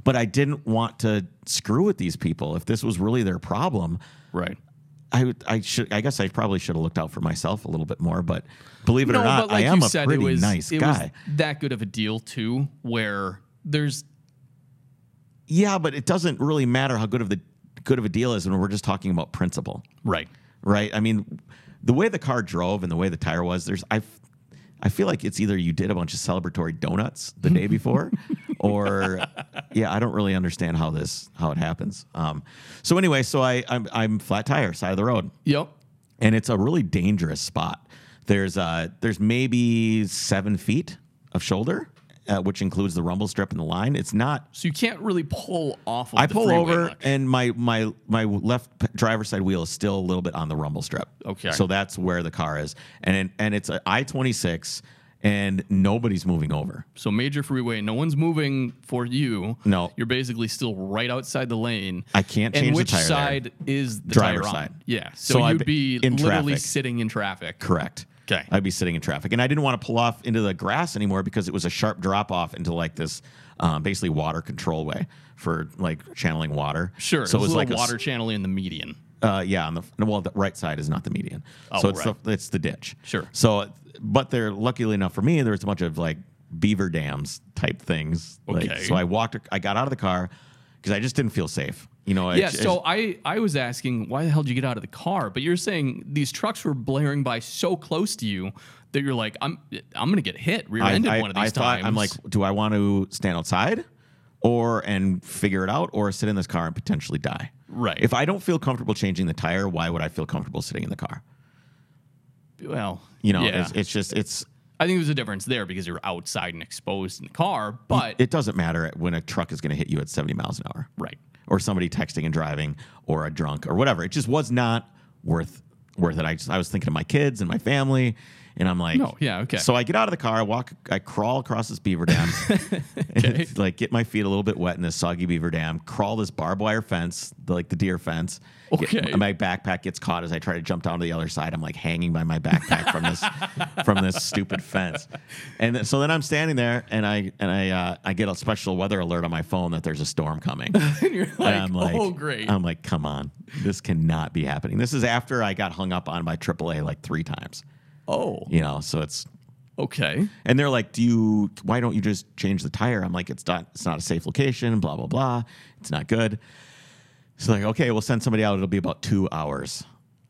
S1: But I didn't want to screw with these people. If this was really their problem,
S2: Right.
S1: I would- I should I guess I probably should have looked out for myself a little bit more. But believe it
S2: no,
S1: or not,
S2: but like
S1: I am
S2: you
S1: a
S2: said,
S1: pretty
S2: it was
S1: nice
S2: it
S1: guy.
S2: Was that good of a deal too, where there's
S1: yeah, but it doesn't really matter how good of the good of a deal is when we're just talking about principle.
S2: right.
S1: right? I mean, the way the car drove and the way the tire was, there's I, f- I feel like it's either you did a bunch of celebratory donuts the day before, or yeah, I don't really understand how this how it happens. Um, so anyway, so I I'm, I'm flat tire side of the road,
S2: Yep.
S1: and it's a really dangerous spot. There's uh there's maybe seven feet of shoulder, uh, which includes the rumble strip and the line. It's not
S2: So you can't really pull off. Of
S1: I
S2: the
S1: pull
S2: freeway
S1: over
S2: much.
S1: and my my my left p- driver's side wheel is still a little bit on the rumble strip.
S2: Okay.
S1: So that's where the car is, and and it's a I twenty six, and nobody's moving over.
S2: so major freeway, no one's moving for you.
S1: No.
S2: you're basically still right outside the lane.
S1: I can't
S2: and
S1: change the
S2: which
S1: tire there.
S2: side is the
S1: Driver's
S2: tire on?
S1: side.
S2: Yeah. So,
S1: So I'd
S2: you'd
S1: be
S2: be
S1: in
S2: literally
S1: traffic.
S2: sitting in traffic.
S1: Correct.
S2: 'Kay.
S1: I'd be sitting in traffic, and I didn't want to pull off into the grass anymore because it was a sharp drop off into like this, um, basically water control way for like channeling water.
S2: Sure.
S1: So it was
S2: a
S1: like
S2: little
S1: a s-
S2: water channel in the median.
S1: Uh, yeah, on the well, the right side is not the median,
S2: Oh,
S1: so it's
S2: right.
S1: the, it's the ditch.
S2: Sure.
S1: So, but there, luckily enough for me, there was a bunch of like beaver dams type things. Like,
S2: Okay.
S1: so I walked. I got out of the car because I just didn't feel safe. You know.
S2: Yeah,
S1: it's-
S2: so I, I was asking, why the hell did you get out of the car? But you're saying these trucks were blaring by so close to you that you're like, I'm I'm gonna get hit rear-ended one of these
S1: thought-
S2: times.
S1: I'm like, do I want to stand outside or and figure it out or sit in this car and potentially die?
S2: Right.
S1: If I don't feel comfortable changing the tire, why would I feel comfortable sitting in the car?
S2: well,
S1: You know,
S2: yeah.
S1: it's, it's just it's
S2: I think there's a difference there because you're outside and exposed in the car, but
S1: it doesn't matter when a truck is going to hit you at 70 miles an hour.
S2: right.
S1: Or somebody texting and driving or a drunk or whatever. It just was not worth worth it. I just I was thinking of my kids and my family and I'm like
S2: No, yeah, okay.
S1: So I get out of the car, I walk I crawl across this beaver dam.
S2: [laughs]
S1: [laughs]
S2: Okay.
S1: It's like get my feet a little bit wet in this soggy beaver dam, crawl this barbed wire fence, the- like the deer fence. Get-
S2: Okay.
S1: my backpack gets caught as I try to jump down to the other side. I'm like hanging by my backpack from this
S2: [laughs]
S1: from this stupid fence. And then, so then I'm standing there and I and I uh, I get a special weather alert on my phone that there's a storm
S2: [laughs]
S1: coming.
S2: And you're
S1: And
S2: like, oh great.
S1: I'm like, come on, this cannot be happening. This is after I got hung up on by AAA like three times.
S2: oh,
S1: You know, so it's
S2: okay.
S1: and they're like, "Do you? Why don't you just change the tire?" I'm like, "It's not. It's not a safe location. Blah blah blah. It's not good." So like, okay, we'll send somebody out. It'll be about two hours.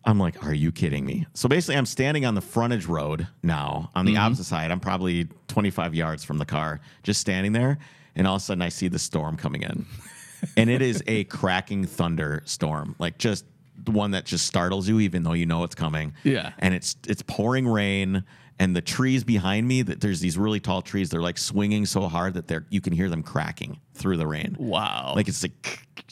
S1: I'm like, "Are you kidding me?" So basically, I'm standing on the frontage road now, on the opposite side. I'm probably 25 yards from the car, just standing there, and all of a sudden, I see the storm coming in, and it is a cracking thunder storm, like just the one that just startles you, even though you know it's coming
S2: Yeah.
S1: and it's it's pouring rain and the trees behind me that there's these really tall trees they're like swinging so hard that they're you can hear them cracking through the rain
S2: Wow.
S1: like it's like [laughs]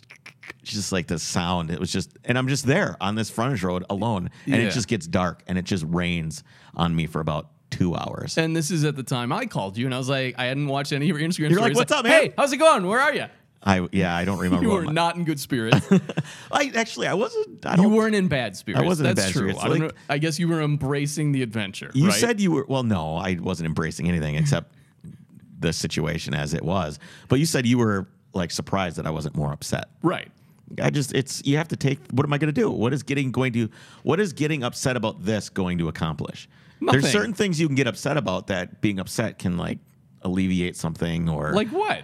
S1: it's just like the sound it was just and i'm just there on this frontage road alone and
S2: Yeah.
S1: it just gets dark and it just rains on me for about two hours
S2: and this is at the time I called you, and I was like, I hadn't watched any of your Instagram.
S1: You're
S2: stories.
S1: like, "What's up, man?"
S2: Hey, how's it going? Where are you?
S1: i yeah i don't remember
S2: [laughs] You
S1: what
S2: were
S1: my-
S2: not in good spirits.
S1: [laughs] i actually i wasn't i don't
S2: you weren't in bad spirits.
S1: wasn't in
S2: That's
S1: bad
S2: true.
S1: spirits.
S2: I, don't
S1: Like-
S2: know- I guess you were embracing the adventure.
S1: You
S2: right?
S1: said you were well. No, I wasn't embracing anything except the situation as it was. But you said you were like surprised that I wasn't more upset.
S2: right.
S1: I just it's you have to take. What am I going to do? What is getting going to? What is getting upset about this going to accomplish?
S2: Nothing.
S1: There's certain things you can get upset about that being upset can like alleviate something or
S2: [laughs] Like what?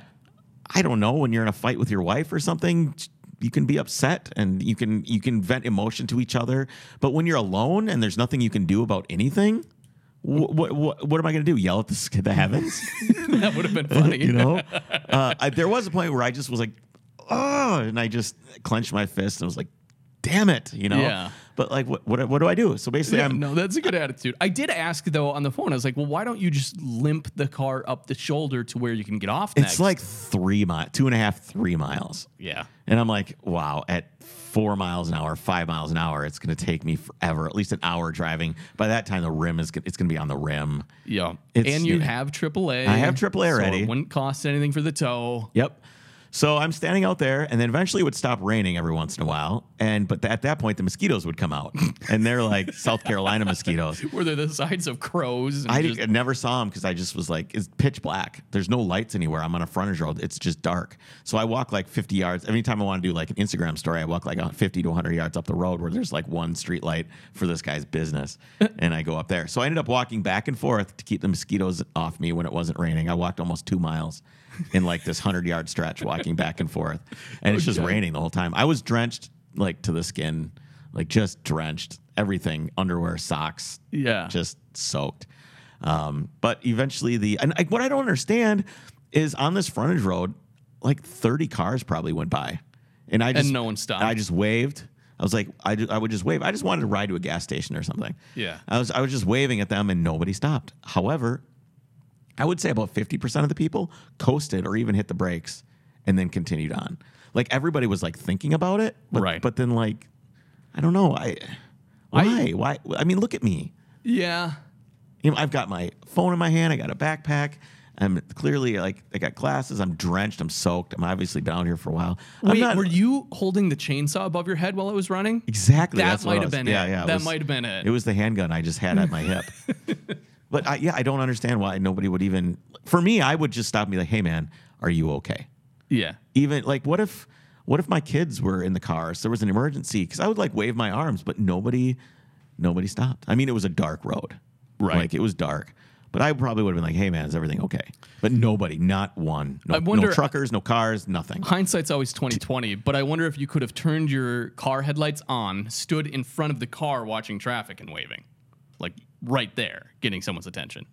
S1: I don't know when you're in a fight with your wife or something you can be upset and you can you can vent emotion to each other but when you're alone and there's nothing you can do about anything what what what, what am I going to do yell at the, sk- the heavens
S2: that would have been funny.
S1: you know uh, I, there was a point where I just was like oh and I just clenched my fist and was like damn it you know
S2: Yeah.
S1: but like what what, what do I do so basically
S2: [laughs] Yeah,
S1: I'm
S2: no, that's a good attitude. I did ask though on the phone. I was like, "Well, why don't you just limp the car up the shoulder to where you can get off?"
S1: it's
S2: next?
S1: like three mi- two and a half three miles
S2: yeah,
S1: And I'm like, wow, at four miles an hour, five miles an hour, it's going to take me forever, at least an hour driving. By that time, the rim is go- it's going to be on the rim.
S2: yeah.
S1: It's-
S2: and you
S1: yeah.
S2: have AAA.
S1: I have AAA
S2: So
S1: already.
S2: it wouldn't cost anything for the tow.
S1: Yep. So I'm standing out there, and then eventually it would stop raining every once in a while. And but at that point, the mosquitoes would come out, [laughs] and they're like South Carolina mosquitoes.
S2: Were there the sides of crows? And
S1: I
S2: just-
S1: d- never saw him because I just was like, it's pitch black. There's no lights anywhere. I'm on a frontage road. It's just dark. So I walk like 50 yards. Every time I want to do like an Instagram story, I walk like 50 to 100 yards up the road where there's like one street light for this guy's
S2: [laughs]
S1: business. and I go up there. So I ended up walking back and forth to keep the mosquitoes off me when it wasn't raining. I walked almost two miles in like this 100 yard stretch walking back and forth. And it's just
S2: Okay.
S1: raining the whole time. I was drenched like to the skin, like just drenched. Everything, underwear, socks,
S2: yeah,
S1: just soaked. Um, but eventually, the and I, what I don't understand is on this frontage road, like thirty cars probably went by, and I just
S2: no one stopped.
S1: I just waved. I was like, I, ju- I would just wave. I just wanted to ride to a gas station or something.
S2: Yeah.
S1: I was I was just waving at them, and nobody stopped. However, I would say about 50% of the people coasted or even hit the brakes and then continued on. Like everybody was like thinking about it, but,
S2: Right.
S1: but then like I don't know, I why? why I mean, look at me.
S2: yeah.
S1: You know, I've got my phone in my hand, I got a backpack. I'm clearly like I got glasses, I'm drenched, I'm soaked. I'm obviously been out here for a while. I'm
S2: Wait,
S1: not
S2: were you holding the chainsaw above your head while it was running?
S1: exactly
S2: That
S1: that's what I
S2: might have
S1: was-
S2: been
S1: yeah,
S2: it.
S1: Yeah, it
S2: that
S1: was-
S2: might have been it.
S1: It was the handgun I just had at my
S2: [laughs]
S1: hip. But I, yeah, I don't understand why nobody would even. For me, I would just stop and be like, "Hey, man, are you okay?"
S2: yeah.
S1: even like what if what if my kids were in the car? So there was an emergency because I would like wave my arms, but nobody, nobody stopped. I mean, it was a dark road,
S4: Right.
S1: Like it was dark, but I probably would have been like, "Hey, man, is everything okay?" But nobody, not one. No,
S2: I wonder-
S1: no truckers, no cars, nothing.
S2: Hindsight's always 2020, but I wonder if you could have turned your car headlights on, stood in front of the car watching traffic and waving. Like right there, getting someone's attention.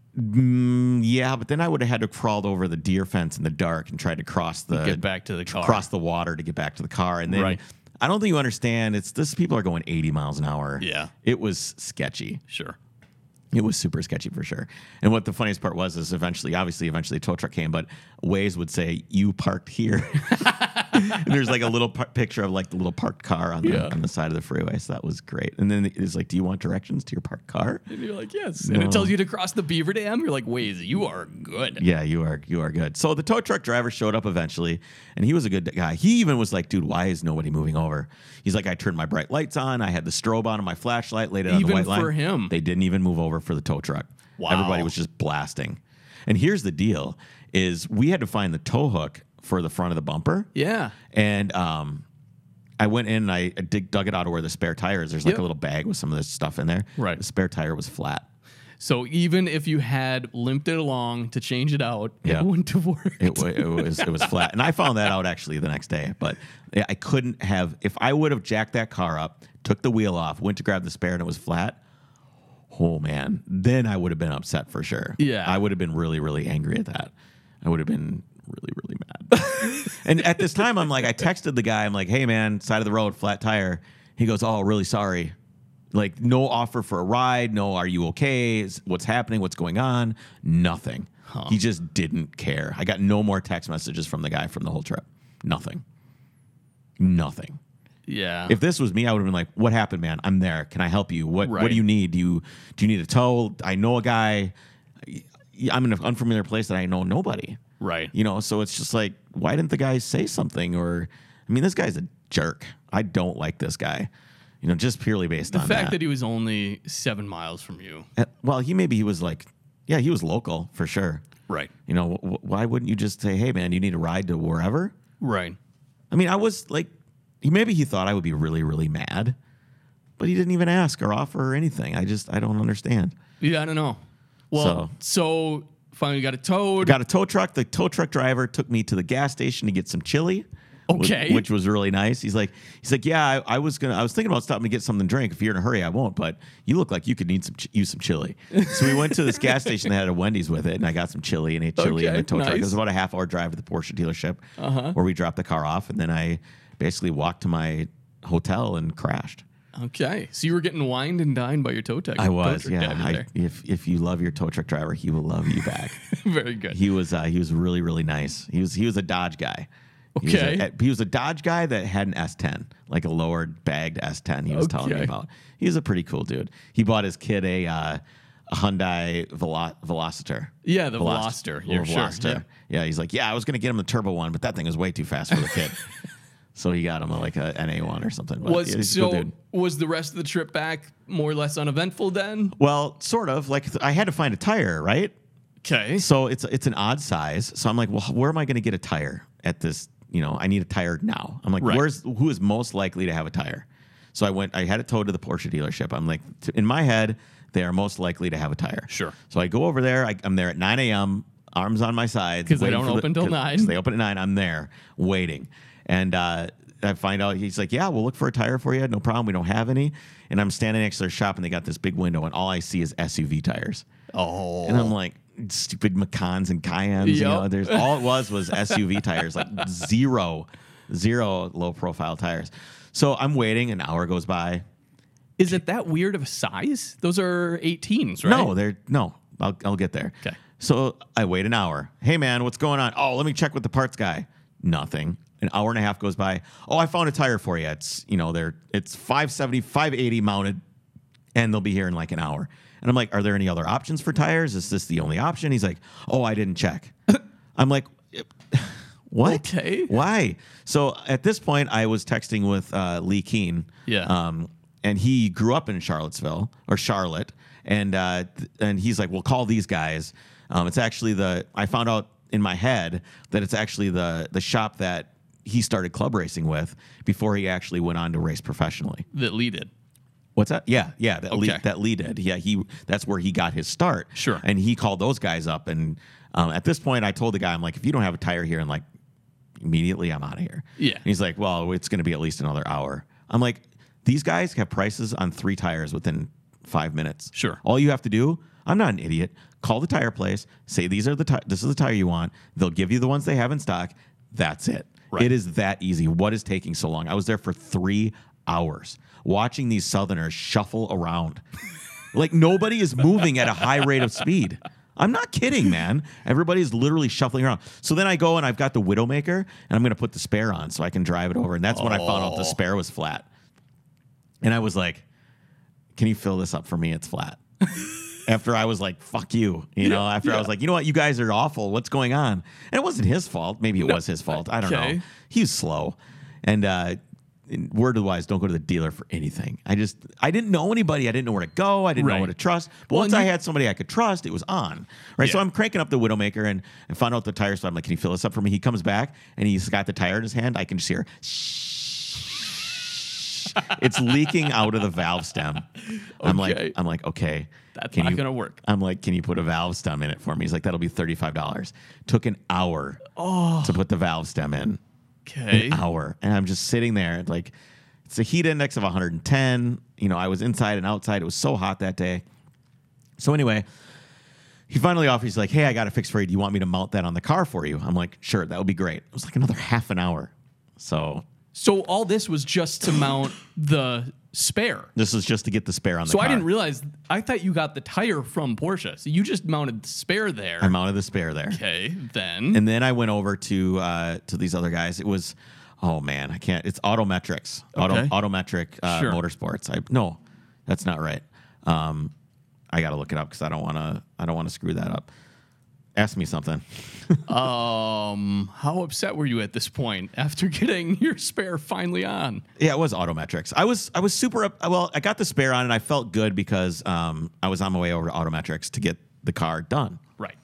S1: Yeah, but then I would have had to crawled over the deer fence in the dark and tried to cross the
S2: Get back to the car.
S1: cross the water to get back to the car. And then
S2: Right.
S1: I don't think you understand. It's this people are going 80 miles an hour.
S2: Yeah.
S1: It was sketchy.
S2: Sure.
S1: It was super sketchy for sure. And what the funniest part was is eventually, obviously, eventually a tow truck came, but Waze would say, You parked here. [laughs] And there's like a little par- picture of like the little parked car on the,
S2: Yeah.
S1: on the side of the freeway. So that was great. And then it's like, Do you want directions to your parked car?
S2: And you're like, yes. And it tells you to cross the Beaver Dam. You're like, Waze, you are good.
S1: Yeah, you are you are good. So the tow truck driver showed up eventually, and he was a good guy. He even was like, "Dude, why is nobody moving over?" He's like, "I turned my bright lights on. I had the strobe on and my flashlight laid it on the
S2: Even
S1: white line."
S2: for him.
S1: they didn't even move over for the tow truck.
S2: Wow.
S1: Everybody was just blasting. And here's the deal: is we had to find the tow hook for the front of the bumper.
S2: Yeah.
S1: And um, I went in and I dig, dug it out of where the spare tire is. There's like
S2: Yep.
S1: a little bag with some of this stuff in there.
S2: Right.
S1: The spare tire was flat.
S2: So even if you had limped it along to change it out,
S1: Yeah.
S2: it wouldn't have worked.
S1: It, wa- it was it was flat, and I found that out actually the next day. But yeah, I couldn't have if I would have jacked that car up, took the wheel off, went to grab the spare, and it was flat. Oh man, then I would have been upset for sure.
S2: Yeah.
S1: I would have been really really angry at that. I would have been really really mad. [laughs] and at this time, I'm like, I texted the guy. I'm like, hey man, side of the road, flat tire. He goes, oh, really sorry. Like no offer for a ride. No, are you okay? Is- What's happening? What's going on? Nothing. He just didn't care. I got no more text messages from the guy from the whole trip. Nothing. Nothing.
S2: yeah.
S1: If this was me, I would have been like, "What happened, man? I'm there. Can I help you? What What
S2: Right.
S1: do you need? Do you Do you need a tow? I know a guy. I'm in an unfamiliar place that I know nobody.
S2: right.
S1: You know, so it's just like, why didn't the guy say something? Or, I mean, this guy's a jerk. I don't like this guy. You know, just purely based
S2: the
S1: on
S2: fact that. he was only seven miles from you.
S1: Uh, well, he maybe he was like, yeah, he was local for sure.
S2: Right.
S1: You know, wh- wh- why wouldn't you just say, hey, man, you need a ride to wherever?
S2: Right.
S1: I mean, I was like, he- maybe he thought I would be really, really mad, but he didn't even ask or offer or anything. I just, I don't understand.
S2: Yeah, I don't know. Well, so, finally got it towed.
S1: Got a tow truck. The tow truck driver took me to the gas station to get some chili. wh-
S2: Okay.
S1: Which was really nice. He's like, he's like, yeah, I, I was gonna, I was thinking about stopping to get something to drink. If you're in a hurry, I won't. But you look like you could need some, ch- use some chili. So we went to this gas station that had a Wendy's with it, and I got some chili and ate chili in
S2: Okay,
S1: the tow truck. It
S2: nice. Uh-huh.
S1: was about a half hour drive to the Porsche dealership, where we dropped the car off, and then I basically walked to my hotel and crashed.
S2: okay. So you were getting wined and dined by your tow tech.
S1: I was, yeah. I,
S2: There. [laughs]
S1: if if you love your tow truck driver, he will love you back.
S2: Very good.
S1: he was uh, he was really really nice. He was he was a Dodge guy. He was a-
S2: Okay.
S1: he was a Dodge guy that had an S10, like a lowered bagged S10. He was telling me
S2: Okay.
S1: about. He was a pretty cool dude. He bought his kid a, uh, a Hyundai Velo- Velociter.
S2: Yeah, the
S1: Veloc-
S2: Veloster.
S1: little
S2: You're sure,
S1: Veloster. Yeah. he's like, yeah, I was gonna get him the turbo one, but that thing is way too fast for the
S2: [laughs]
S1: kid. so he got him a, like a NA one or something. But
S2: was
S1: yeah, he's a cool
S2: so
S1: dude.
S2: was the rest of the trip back more or less uneventful then?
S1: Well, sort of. Like th- I had to find a tire, right?
S2: Okay.
S1: So it's it's an odd size. So I'm like, well, where am I going to get a tire at this? You know, I need a tire now. I'm like,
S2: Right.
S1: where's who is most likely to have a tire? So I went. I had it towed to the Porsche dealership. I'm like, t- in my head, they are most likely to have a tire.
S2: Sure.
S1: So I go over there. I, I'm there at 9 a.m. Arms on my sides
S2: 'Cause they
S1: waiting
S2: don't
S1: for the-
S2: open till
S1: 'cause-
S2: nine.
S1: 'cause They open at nine. I'm there waiting, and uh, I find out he's like, "Yeah, we'll look for a tire for you. No problem. We don't have any." And I'm standing next to their shop, and they got this big window, and all I see is SUV tires.
S2: Oh.
S1: And I'm like, stupid Macans and Cayennes. You
S2: Yep.
S1: know, there's all it was was SUV tires, like zero, zero low profile tires. So I'm waiting. An hour goes by.
S2: Is it that weird of a size? Those are 18s, right?
S1: No, they're no. I'll, I'll get there.
S2: 'Kay.
S1: So I wait an hour. Hey man, what's going on? Oh, let me check with the parts guy. Nothing. An hour and a half goes by. Oh, I found a tire for you. It's you know they're it's 570, 580 mounted, and they'll be here in like an hour. And I'm like, are there any other options for tires? Is this the only option? He's like, oh, I didn't check. [coughs] I'm like, [laughs] what?
S2: Okay.
S1: [laughs] Why? So at this point, I was texting with uh, Lee Keen.
S2: Yeah.
S1: Um, and he grew up in Charlottesville or Charlotte, and uh, th- and he's like, "Well, call these guys." Um, it's actually the I found out in my head that it's actually the the shop that he started club racing with before he actually went on to race professionally.
S2: that Lee did.
S1: What's that? Yeah, yeah, that Lee,
S2: Okay.
S1: that Lee did. Yeah, he that's where he got his start.
S2: Sure.
S1: and he called those guys up, and um, at this point, I told the guy, I'm like, if you don't have a tire here, and like immediately, I'm out of here.
S2: Yeah.
S1: and he's like, well, it's going to be at least another hour. I'm like, these guys have prices on three tires within five minutes.
S2: Sure.
S1: all you have to do. I'm not an idiot. Call the tire place. Say these are the ti- this is the tire you want. They'll give you the ones they have in stock. That's it.
S2: Right.
S1: It is is that easy? What is taking so long? I was there for three hours watching these Southerners shuffle around. like nobody is moving at a high rate of speed. I'm not kidding, man. Everybody's literally shuffling around. So then I go and I've got the Widowmaker and I'm going to put the spare on so I can drive it over. And that's when I found out
S2: Oh.
S1: the spare was flat. And I was like, can you fill this up for me? It's flat. [laughs] after I was like, fuck you. You know, after I was like, you know what? You guys are awful. What's going on? And it wasn't his fault. Maybe it was his fault. I don't
S2: Okay.
S1: know. He was slow. And uh, in- word of wise, don't go to the dealer for anything. I just, I didn't know anybody. I didn't know where to go. I didn't
S2: Right.
S1: know what to trust. But
S2: Well,
S1: once
S2: and
S1: I
S2: you-
S1: had somebody I could trust, it was on. Right. So
S2: Yeah.
S1: I'm cranking up the Widowmaker and, and found out the tire. So I'm like, can you fill this up for me? He comes back and he's got the tire in his hand. I can just hear, [laughs] it's leaking out of the valve stem. I'm
S2: Okay.
S1: like, I'm like, okay.
S2: That's
S1: can
S2: not
S1: you-
S2: gonna work.
S1: I'm like, can you put a valve stem in it for me? He's like, that'll be $35. Took an hour
S2: Oh.
S1: to put the valve stem in.
S2: Okay.
S1: An hour. And I'm just sitting there, like, it's a heat index of 110. You know, I was inside and outside. It was so hot that day. So, anyway, he finally offers, he's like, hey, I got it fixed for you. Do you want me to mount that on the car for you? I'm like, sure, that would be great. It was like another half an hour. So,
S2: So all this was just to mount the spare.
S1: this is just to get the spare on the
S2: So
S1: car.
S2: I didn't realize. I thought you got the tire from Porsche. So you just mounted the spare there.
S1: I mounted the spare there.
S2: okay. Then
S1: And then I went over to uh, to these other guys. It was, oh man, I can't. It's Autometrics, Auto,
S2: Okay.
S1: Autometric uh,
S2: Sure.
S1: Motorsports. I no, that's not right. Um, I got to look it up because I don't want to. I don't want to screw that up. Ask me something.
S2: um, how upset were you at this point after [laughs] getting your spare finally on?
S1: Yeah, it was Autometrics. I was I was super up. Well, I got the spare on and I felt good because um, I was on my way over to Autometrics to get the car done.
S2: Right.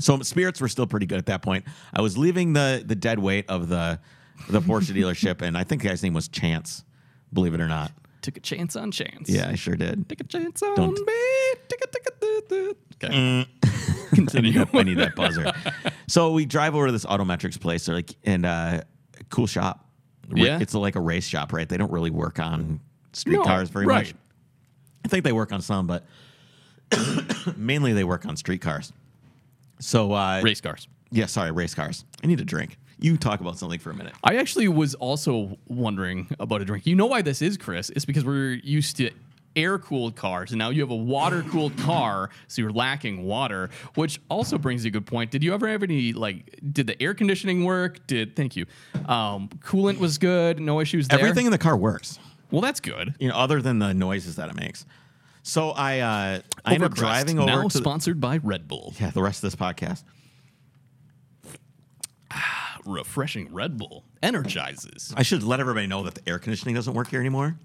S1: So spirits were still pretty good at that point. I was leaving the the dead weight of the the Porsche dealership, and I think the guy's name was Chance. Believe it or not.
S2: Took a chance on chance.
S1: Yeah, I sure [laughs] did.
S2: Take a chance on
S1: Don't-
S2: me. Take a, take a, do, do. Okay.
S1: Mm.
S2: [laughs] Continue.
S1: I need that buzzer. so we drive over to this Autometrics place. They're like, and uh, cool shop. Ra-
S2: Yeah.
S1: it's like a race shop, right? They don't really work on street
S2: No,
S1: cars very
S2: right.
S1: much. I think they work on some, but [coughs] mainly they work on street cars. So uh,
S2: Race cars.
S1: yeah, sorry, race cars. I need a drink. You talk about something for a minute.
S2: I actually was also wondering about a drink. You know why this is, Chris? It's because we're used to air cooled cars, and now you have a water cooled car, so you're lacking water, which also brings you a good point. Did you ever have any like? Did the air conditioning work? Did thank you. Um, coolant was good, no issues there.
S1: Everything in the car works.
S2: Well, that's good.
S1: you know, other than the noises that it makes. So I uh, I end up
S2: Overcrest,
S1: driving over to
S2: now
S1: the,
S2: sponsored by Red Bull.
S1: yeah the rest of this podcast.
S2: Refreshing Red Bull energizes.
S1: I should let everybody know that the air conditioning doesn't work here anymore,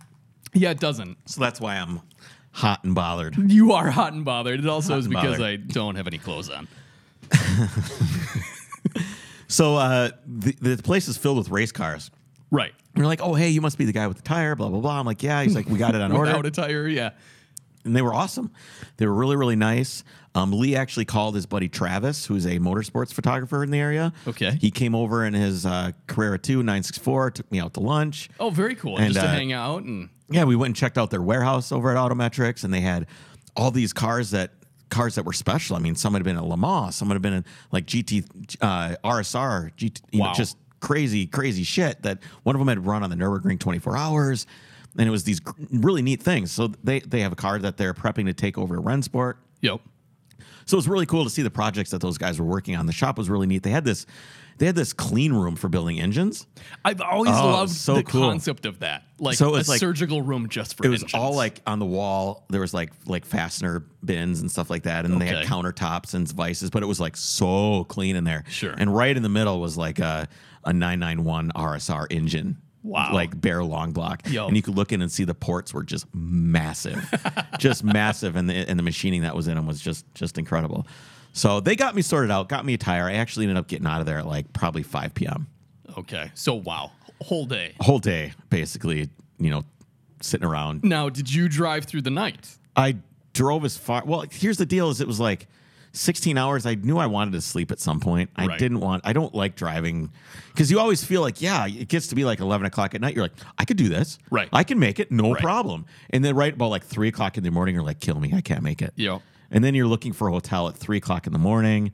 S2: Yeah, it doesn't.
S1: so that's why I'm hot and bothered.
S2: You are hot and bothered. It also is
S1: and
S2: because
S1: bothered.
S2: I don't have any clothes on.
S1: So uh, the the place is filled with race cars.
S2: Right.
S1: And you're like, oh hey, you must be the guy with the tire, blah blah blah. I'm like, yeah. He's like, we got it on order.
S2: [laughs] Without a tire, yeah.
S1: and they were awesome. They were really, really nice. Um, Lee actually called his buddy Travis, who's a motorsports photographer in the area.
S2: Okay.
S1: He came over in his uh, Carrera 2 964, took me out to lunch.
S2: Oh, very cool.
S1: And,
S2: Just to
S1: uh,
S2: hang out and
S1: Yeah, we went and checked out their warehouse over at Autometrics, and they had all these cars that cars that were special. I mean, some had been a Le Mans, some had been a, like GT uh, RSR, GT, you
S2: Wow.
S1: know, just crazy, crazy shit. That one of them had run on the Nurburgring 24 hours, and it was these gr- really neat things. So they they have a car that they're prepping to take over to Rensport.
S2: yep.
S1: So it was really cool to see the projects that those guys were working on. The shop was really neat. They had this they had this clean room for building engines.
S2: I've always
S1: Oh,
S2: loved
S1: so
S2: the
S1: cool.
S2: concept of that. Like
S1: So it
S2: a
S1: was like-
S2: surgical room just for
S1: it was
S2: engines.
S1: all like on the wall there was like like fastener bins and stuff like that and they had
S2: Okay.
S1: countertops and vices but it was like so clean in there
S2: Sure.
S1: and right in the middle was like a, a 991 rsr engine
S2: Wow.
S1: like bare long block
S2: Yo.
S1: and you could look in and see the ports were just
S2: [laughs]
S1: massive just massive and the, and the machining that was in them was just just incredible so they got me sorted out got me a tire i actually ended up getting out of there at like probably 5 p.m
S2: Okay. So wow, whole day.
S1: whole day basically, you know, sitting around.
S2: Now, did you drive through the night?
S1: I drove as far. Well, here's the deal: is it was like 16 hours. I knew I wanted to sleep at some point. I
S2: Right.
S1: didn't want. I don't like driving because you always feel like, yeah, it gets to be like 11 o'clock at night. You're like, I could do this.
S2: Right.
S1: I can make it. No
S2: Right.
S1: problem. And then right about like three o'clock in the morning, you're like, kill me. I can't make it.
S2: Yeah.
S1: And then you're looking for a hotel at three o'clock in the morning,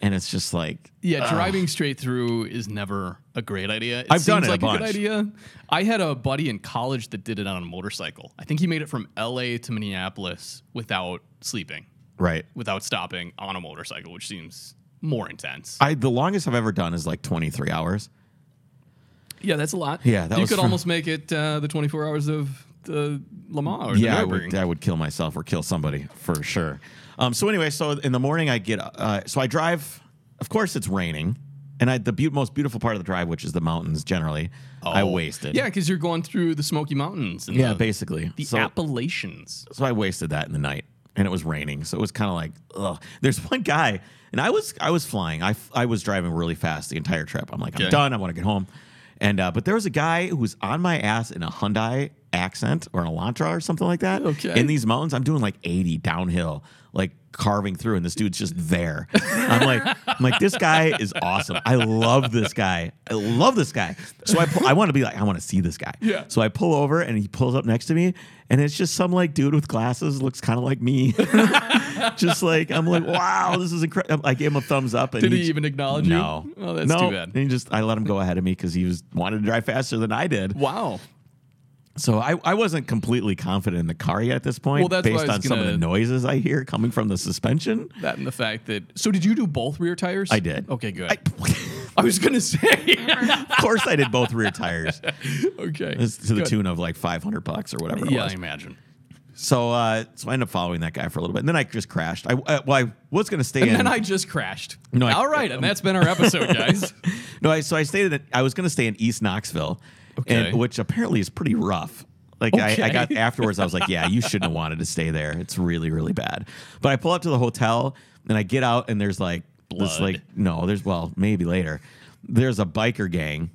S1: and it's just like
S2: Yeah, driving straight through is never a great idea. It
S1: I've
S2: seems
S1: done it a
S2: like
S1: bunch.
S2: good idea. I had a buddy in college that did it on a motorcycle. I think he made it from LA to Minneapolis without sleeping,
S1: right.
S2: without stopping on a motorcycle, which seems more intense.
S1: I the longest I've ever done is like 23 hours.
S2: yeah, that's a lot.
S1: Yeah, that
S2: you
S1: was
S2: could
S1: from-
S2: almost make it uh, the 24 hours of the Le Mans or
S1: yeah,
S2: the
S1: I would,
S2: Nürburgring.
S1: I would kill myself or kill somebody for sure. Um, so anyway, so in the morning I get, uh, so I drive. Of course, it's raining, and I the be- most beautiful part of the drive, which is the mountains. Generally, I wasted.
S2: Oh. Yeah, because you're going through the Smoky Mountains and
S1: yeah,
S2: the,
S1: basically.
S2: the
S1: so,
S2: Appalachians.
S1: so I wasted that in the night, and it was raining, so it was kind of like, ugh. There's [laughs] one guy, and I was I was flying. I f- I was driving really fast the entire trip. I'm like,
S2: Okay.
S1: I'm done. I want to get home. And uh, but there was a guy who was on my ass in a Hyundai accent or an Elantra or something like that.
S2: Okay.
S1: In these mountains, I'm doing like 80 downhill, like carving through, and this dude's just there. I'm like, I'm like, this guy is awesome. I love this guy. I love this guy. So I, pull, I want to be like, I want to see this guy.
S2: Yeah.
S1: So I pull over, and he pulls up next to me, and it's just some like dude with glasses, looks kind of like me. [laughs] just like I'm like, wow, this is incredible. I gave him a thumbs up. And
S2: Did he
S1: j-
S2: even acknowledge you?
S1: No,
S2: Oh, that's
S1: no.
S2: too bad.
S1: And he just I let him go ahead of me because he was wanted to drive faster than I did.
S2: Wow.
S1: So I, I wasn't completely confident in the car yet at this point,
S2: Well, that's what
S1: based
S2: I was
S1: on some of
S2: gonna-
S1: the noises I hear coming from the suspension.
S2: That and the fact that. So, did you do both rear tires?
S1: I did.
S2: Okay, good.
S1: I, [laughs]
S2: I, was gonna say.
S1: of course, I did both rear tires
S2: okay.
S1: It's to the
S2: Good.
S1: tune of like five hundred bucks or whatever. it
S2: Yeah,
S1: was.
S2: I imagine.
S1: So uh, so I ended up following that guy for a little bit, and then I just crashed. I uh, well, I was going to stay
S2: And
S1: in.
S2: then I just crashed.
S1: No, I-
S2: All right, and that's been our episode, guys.
S1: [laughs] No, I, so I stayed at, I was going to stay in East Knoxville,
S2: Okay.
S1: and, which apparently is pretty rough. Like I, I got
S2: Okay. [laughs]
S1: afterwards, I was like, yeah, you shouldn't have wanted to stay there. It's really, really bad. But I pull up to the hotel and I get out, and there's like this,
S2: Blood.
S1: like no, there's well, maybe later. There's a biker gang,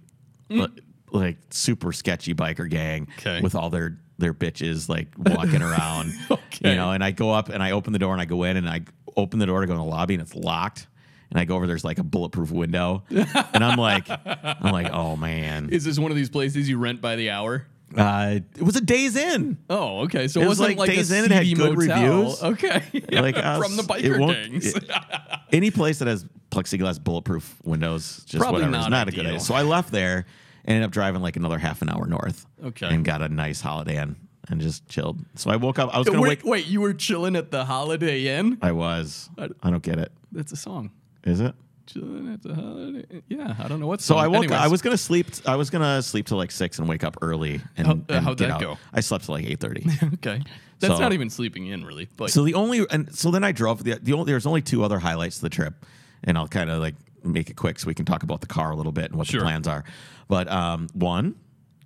S1: li- like super sketchy biker gang,
S2: Mm. Okay.
S1: with all their their bitches like walking around,
S2: [laughs] Okay.
S1: you know. And I go up and I open the door and I go in and I open the door to go in the lobby and it's locked. And I go over there's like a bulletproof
S2: [laughs]
S1: window, and I'm like, I'm like, oh man,
S2: Is this one of these places you rent by the hour?
S1: uh, it was a days in.
S2: Oh, okay. So it,
S1: It was
S2: wasn't
S1: like
S2: like, a
S1: Days
S2: CD
S1: Inn, it had good
S2: motel.
S1: reviews.
S2: Okay.
S1: [laughs] Like us,
S2: from the
S1: it
S2: biker
S1: won't-
S2: gangs.
S1: it- any place that has plexiglass bulletproof windows, just
S2: Probably
S1: whatever,
S2: not
S1: is not a
S2: ideal.
S1: good idea. So I left there and ended up driving like another half an hour north.
S2: Okay.
S1: And got a nice Holiday Inn and just chilled. So I woke up. I was gonna
S2: wait,
S1: wake.
S2: wait, you were chilling at the Holiday Inn?
S1: I was. I don't get it.
S2: That's a song.
S1: Is it?
S2: Chilling at the Holiday. Inn. Yeah, I don't know what.
S1: So
S2: song.
S1: I woke.
S2: Um, Anyways.
S1: I was gonna sleep. I was gonna sleep till like six and wake up early. And,
S2: How- uh,
S1: and
S2: how'd
S1: get
S2: that
S1: out.
S2: go?
S1: I slept till like eight thirty.
S2: [laughs]
S1: [laughs]
S2: okay. That's
S1: So-
S2: not even sleeping in, really. But
S1: so the only and so then I drove. The, the only there's only two other highlights of the trip, and I'll kind of like make it quick so we can talk about the car a little bit and what
S2: Sure.
S1: the plans are. But um, one,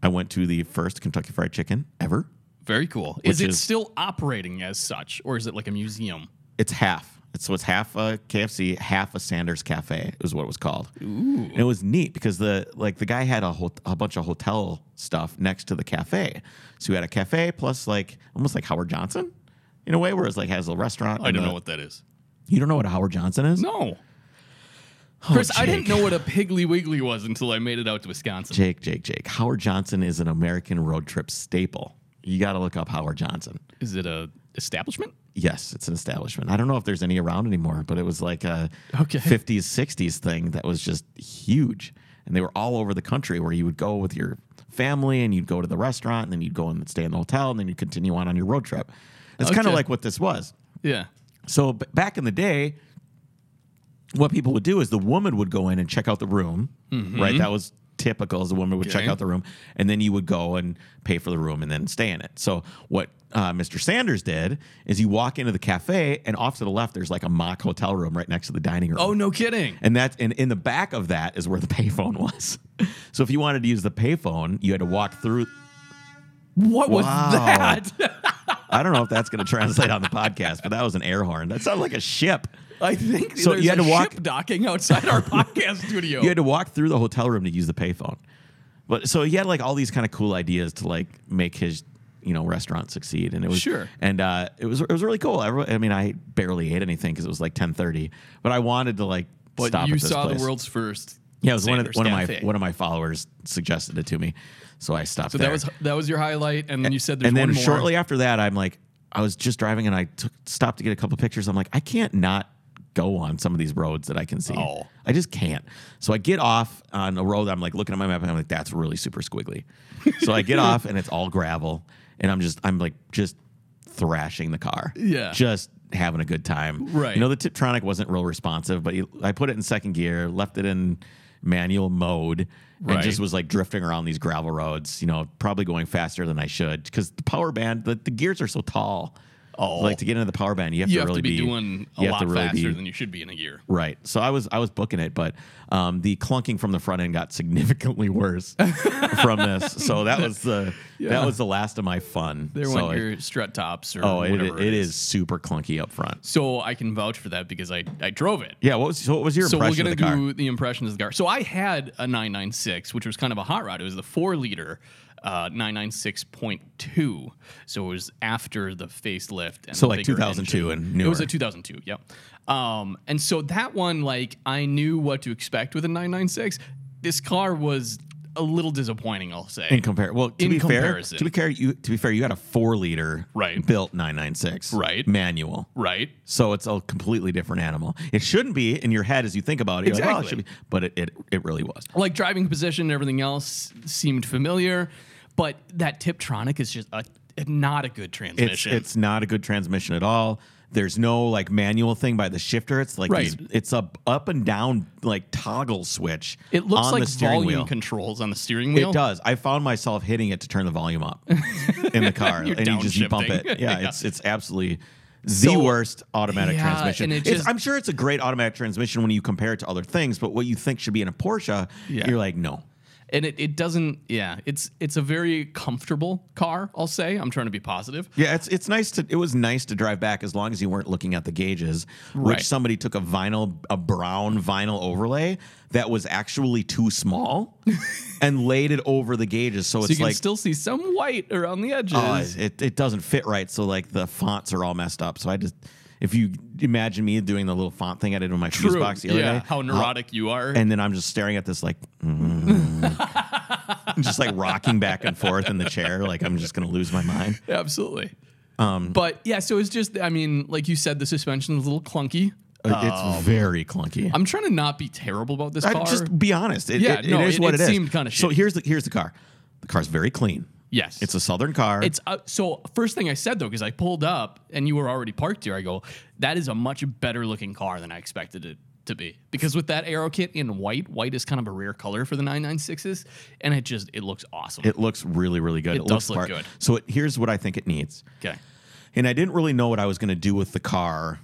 S1: I went to the first Kentucky Fried Chicken ever.
S2: Very cool. Is
S1: Which
S2: it
S1: is-
S2: still operating as such, or is it like a museum?
S1: It's half. It's so it's half a KFC, half a Sanders Cafe is what it was called.
S2: Ooh.
S1: And it was neat because the like the guy had a hot a bunch of hotel stuff next to the cafe. So you had a cafe plus like almost like Howard Johnson in a way where it's like has a restaurant.
S2: I
S1: and
S2: don't
S1: a-
S2: know what that is.
S1: you don't know what a Howard Johnson is?
S2: No. Chris, I didn't
S1: Jake.
S2: know what a Piggly Wiggly was until I made it out to Wisconsin.
S1: Jake, Jake, Jake. Howard Johnson is an American road trip staple. You got to look up Howard Johnson.
S2: Is it a establishment?
S1: Yes, it's an establishment. I don't know if there's any around anymore, but it was like a
S2: Okay.
S1: 50s, 60s thing that was just huge. And they were all over the country where you would go with your family and you'd go to the restaurant and then you'd go and stay in the hotel and then you'd continue on on your road trip. It's kind
S2: Okay.
S1: of like what this was.
S2: Yeah.
S1: So b- back in the day, what people would do is the woman would go in and check out the room, right? That was typical. As the woman would check
S2: Mm-hmm. Okay.
S1: out the room, and then you would go and pay for the room and then stay in it. So what uh, Mr. Sanders did is you walk into the cafe, and off to the left there's like a mock hotel room right next to the dining room.
S2: Oh, no kidding.
S1: And that's and in the back of that is where the [laughs] payphone was. So if you wanted to use the payphone, you had to walk through.
S2: What was [laughs]
S1: Wow.
S2: that?
S1: I don't know if that's going to translate on the podcast, but that was an air horn. That sounded like a ship.
S2: I think
S1: So
S2: there's
S1: you had
S2: a
S1: to walk-
S2: ship docking outside
S1: [laughs]
S2: our podcast studio.
S1: You had to walk through the hotel room to use the payphone. But so he had like all these kind of cool ideas to like make his you know restaurant succeed, and it was
S2: Sure.
S1: And uh, it was it was really cool. Everyone, I mean, I barely ate anything because it was like ten thirty, but I wanted to like
S2: but
S1: stop.
S2: you
S1: at this
S2: saw
S1: place.
S2: the world's first.
S1: Yeah, it was one of,
S2: Sanders
S1: one of my
S2: Cafe.
S1: one of my followers suggested it to me, so I stopped.
S2: So
S1: there.
S2: that was that was your highlight, and then you said there's
S1: and then
S2: one more.
S1: shortly after that, I'm like, I was just driving and I took, stopped to get a couple pictures. I'm like, I can't not go on some of these roads that I can see.
S2: Oh.
S1: I just can't. So I get off on a road. I'm like looking at my map and I'm like, that's really super squiggly. so I
S2: [laughs]
S1: get off and it's all gravel, and I'm just I'm like just thrashing the car.
S2: Yeah.
S1: just having a good time.
S2: Right.
S1: You know, the Tiptronic wasn't real responsive, but he- I put it in second gear, left it in manual mode,
S2: Right.
S1: and just was like drifting around these gravel roads, you know, probably going faster than I should because the power band, the, the gears are so tall.
S2: Oh.
S1: Like to get into the power band, you have
S2: you
S1: to
S2: have
S1: really
S2: to be, doing a
S1: you have
S2: lot
S1: to really
S2: faster
S1: be-
S2: than you should be in a gear.
S1: Right. So I was I was booking it, but um, the clunking from the front end got [laughs] significantly worse from this. So that was the
S2: [laughs] Yeah.
S1: that was the last of my fun.
S2: There
S1: so
S2: went
S1: it-
S2: your strut tops or
S1: oh, it,
S2: whatever
S1: it is super clunky up front.
S2: So I can vouch for that because I I drove it.
S1: Yeah. What was so what was your
S2: So we're
S1: impression
S2: gonna
S1: of the car?
S2: do the impressions of the car. So I had a 996, which was kind of a hot rod. It was the four liter uh, 996.2. So it was after the facelift. And
S1: So
S2: the
S1: like
S2: bigger
S1: 2002
S2: engine.
S1: and
S2: It was
S1: newer.
S2: a 2002. Yep. Um, and so that one, like, I knew what to expect with a 996. This car was a little disappointing, I'll say.
S1: In compare, well, to
S2: In
S1: be fair,
S2: comparison.
S1: to be fair, you to be fair, you had a four liter
S2: Right.
S1: built nine nine six
S2: Right.
S1: manual,
S2: right.
S1: so it's a completely different animal. It shouldn't be in your head as you think about it, you're like, oh, it should
S2: Exactly.
S1: be, but it, it it really was.
S2: like driving position and everything else seemed familiar, but that Tiptronic is just a, not a good
S1: It's
S2: transmission.
S1: it's not a good transmission at all. There's no like manual thing by the shifter. It's like
S2: Right.
S1: these, it's a up and down like toggle switch.
S2: it looks
S1: on
S2: like
S1: the steering
S2: volume
S1: wheel.
S2: controls on the steering wheel.
S1: It does. I found myself hitting it to turn the volume up in the
S2: [laughs]
S1: car,
S2: You're
S1: and you just you bump it.
S2: downshifting. [laughs]
S1: Yeah,
S2: Yeah.
S1: it's it's absolutely
S2: So-
S1: the worst automatic
S2: Yeah,
S1: transmission.
S2: and it
S1: It's-
S2: just-
S1: I'm sure it's a great automatic transmission when you compare it to other things, but what you think should be in a Porsche,
S2: Yeah.
S1: you're like, no.
S2: and it, it doesn't. Yeah, it's it's a very comfortable car. I'll say. I'm trying to be positive.
S1: Yeah, it's it's nice to it was nice to drive back as long as you weren't looking at the gauges,
S2: Right.
S1: which somebody took a vinyl a brown vinyl overlay that was actually too
S2: [laughs]
S1: small and laid it over the gauges. So,
S2: So you
S1: it's
S2: can
S1: like
S2: still see some white around the edges.
S1: Oh, it, it doesn't fit right. So like the fonts are all messed up. So I just if you imagine me doing the little font thing I did on my fuse
S2: True.
S1: box the other
S2: yeah,
S1: day, Uh,
S2: how neurotic you are.
S1: and then I'm just staring at this like, mm. [laughs] just like rocking back and forth in the chair, like I'm just gonna lose my mind.
S2: Absolutely.
S1: um,
S2: but yeah, so it's just. I mean, like you said, the suspension was a little clunky.
S1: Uh, it's very clunky.
S2: Oh. I'm trying to not be terrible about this
S1: I-
S2: car.
S1: just be honest. It,
S2: Yeah,
S1: it- it
S2: no,
S1: is
S2: it-
S1: what
S2: it
S1: it is.
S2: seemed kinda
S1: so
S2: shitty.
S1: here's the here's the car. The car's very clean.
S2: yes,
S1: It's a southern car.
S2: It's uh, so first thing I said though, because I pulled up and you were already parked here. I go, that is a much better looking car than I expected it to be. Because with that arrow kit in white, white is kind of a rare color for the 996s, and it just it looks awesome.
S1: it looks really really good.
S2: It
S1: looks
S2: does look
S1: smart.
S2: good.
S1: So it, here's what I think it needs.
S2: okay,
S1: and I didn't really know what I was going to do with the car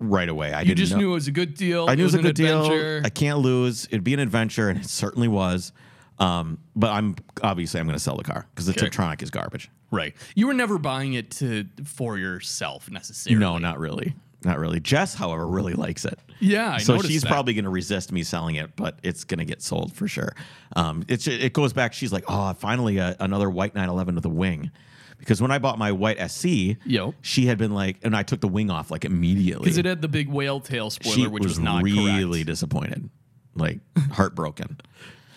S1: right away. I
S2: you
S1: didn't
S2: just
S1: know.
S2: knew it was a good deal.
S1: I knew it was a
S2: an
S1: good
S2: adventure.
S1: deal. I can't lose. It'd be an adventure, and it certainly was. Um, but I'm obviously I'm going to sell the car because the
S2: Okay.
S1: Tiptronic is garbage.
S2: right, you were never buying it to for yourself necessarily.
S1: No, not really, not really. Jess, however, really likes it.
S2: Yeah, I
S1: so
S2: noticed
S1: she's
S2: that.
S1: probably going to resist me selling it, but it's going to get sold for sure. Um, it's it goes back. She's like, oh, finally a, another white 911 with a wing, because when I bought my white SC,
S2: Yep.
S1: she had been like, and I took the wing off like immediately
S2: because it had the big whale tail spoiler,
S1: she
S2: which
S1: was,
S2: was, not
S1: really
S2: correct.
S1: disappointed, like heartbroken.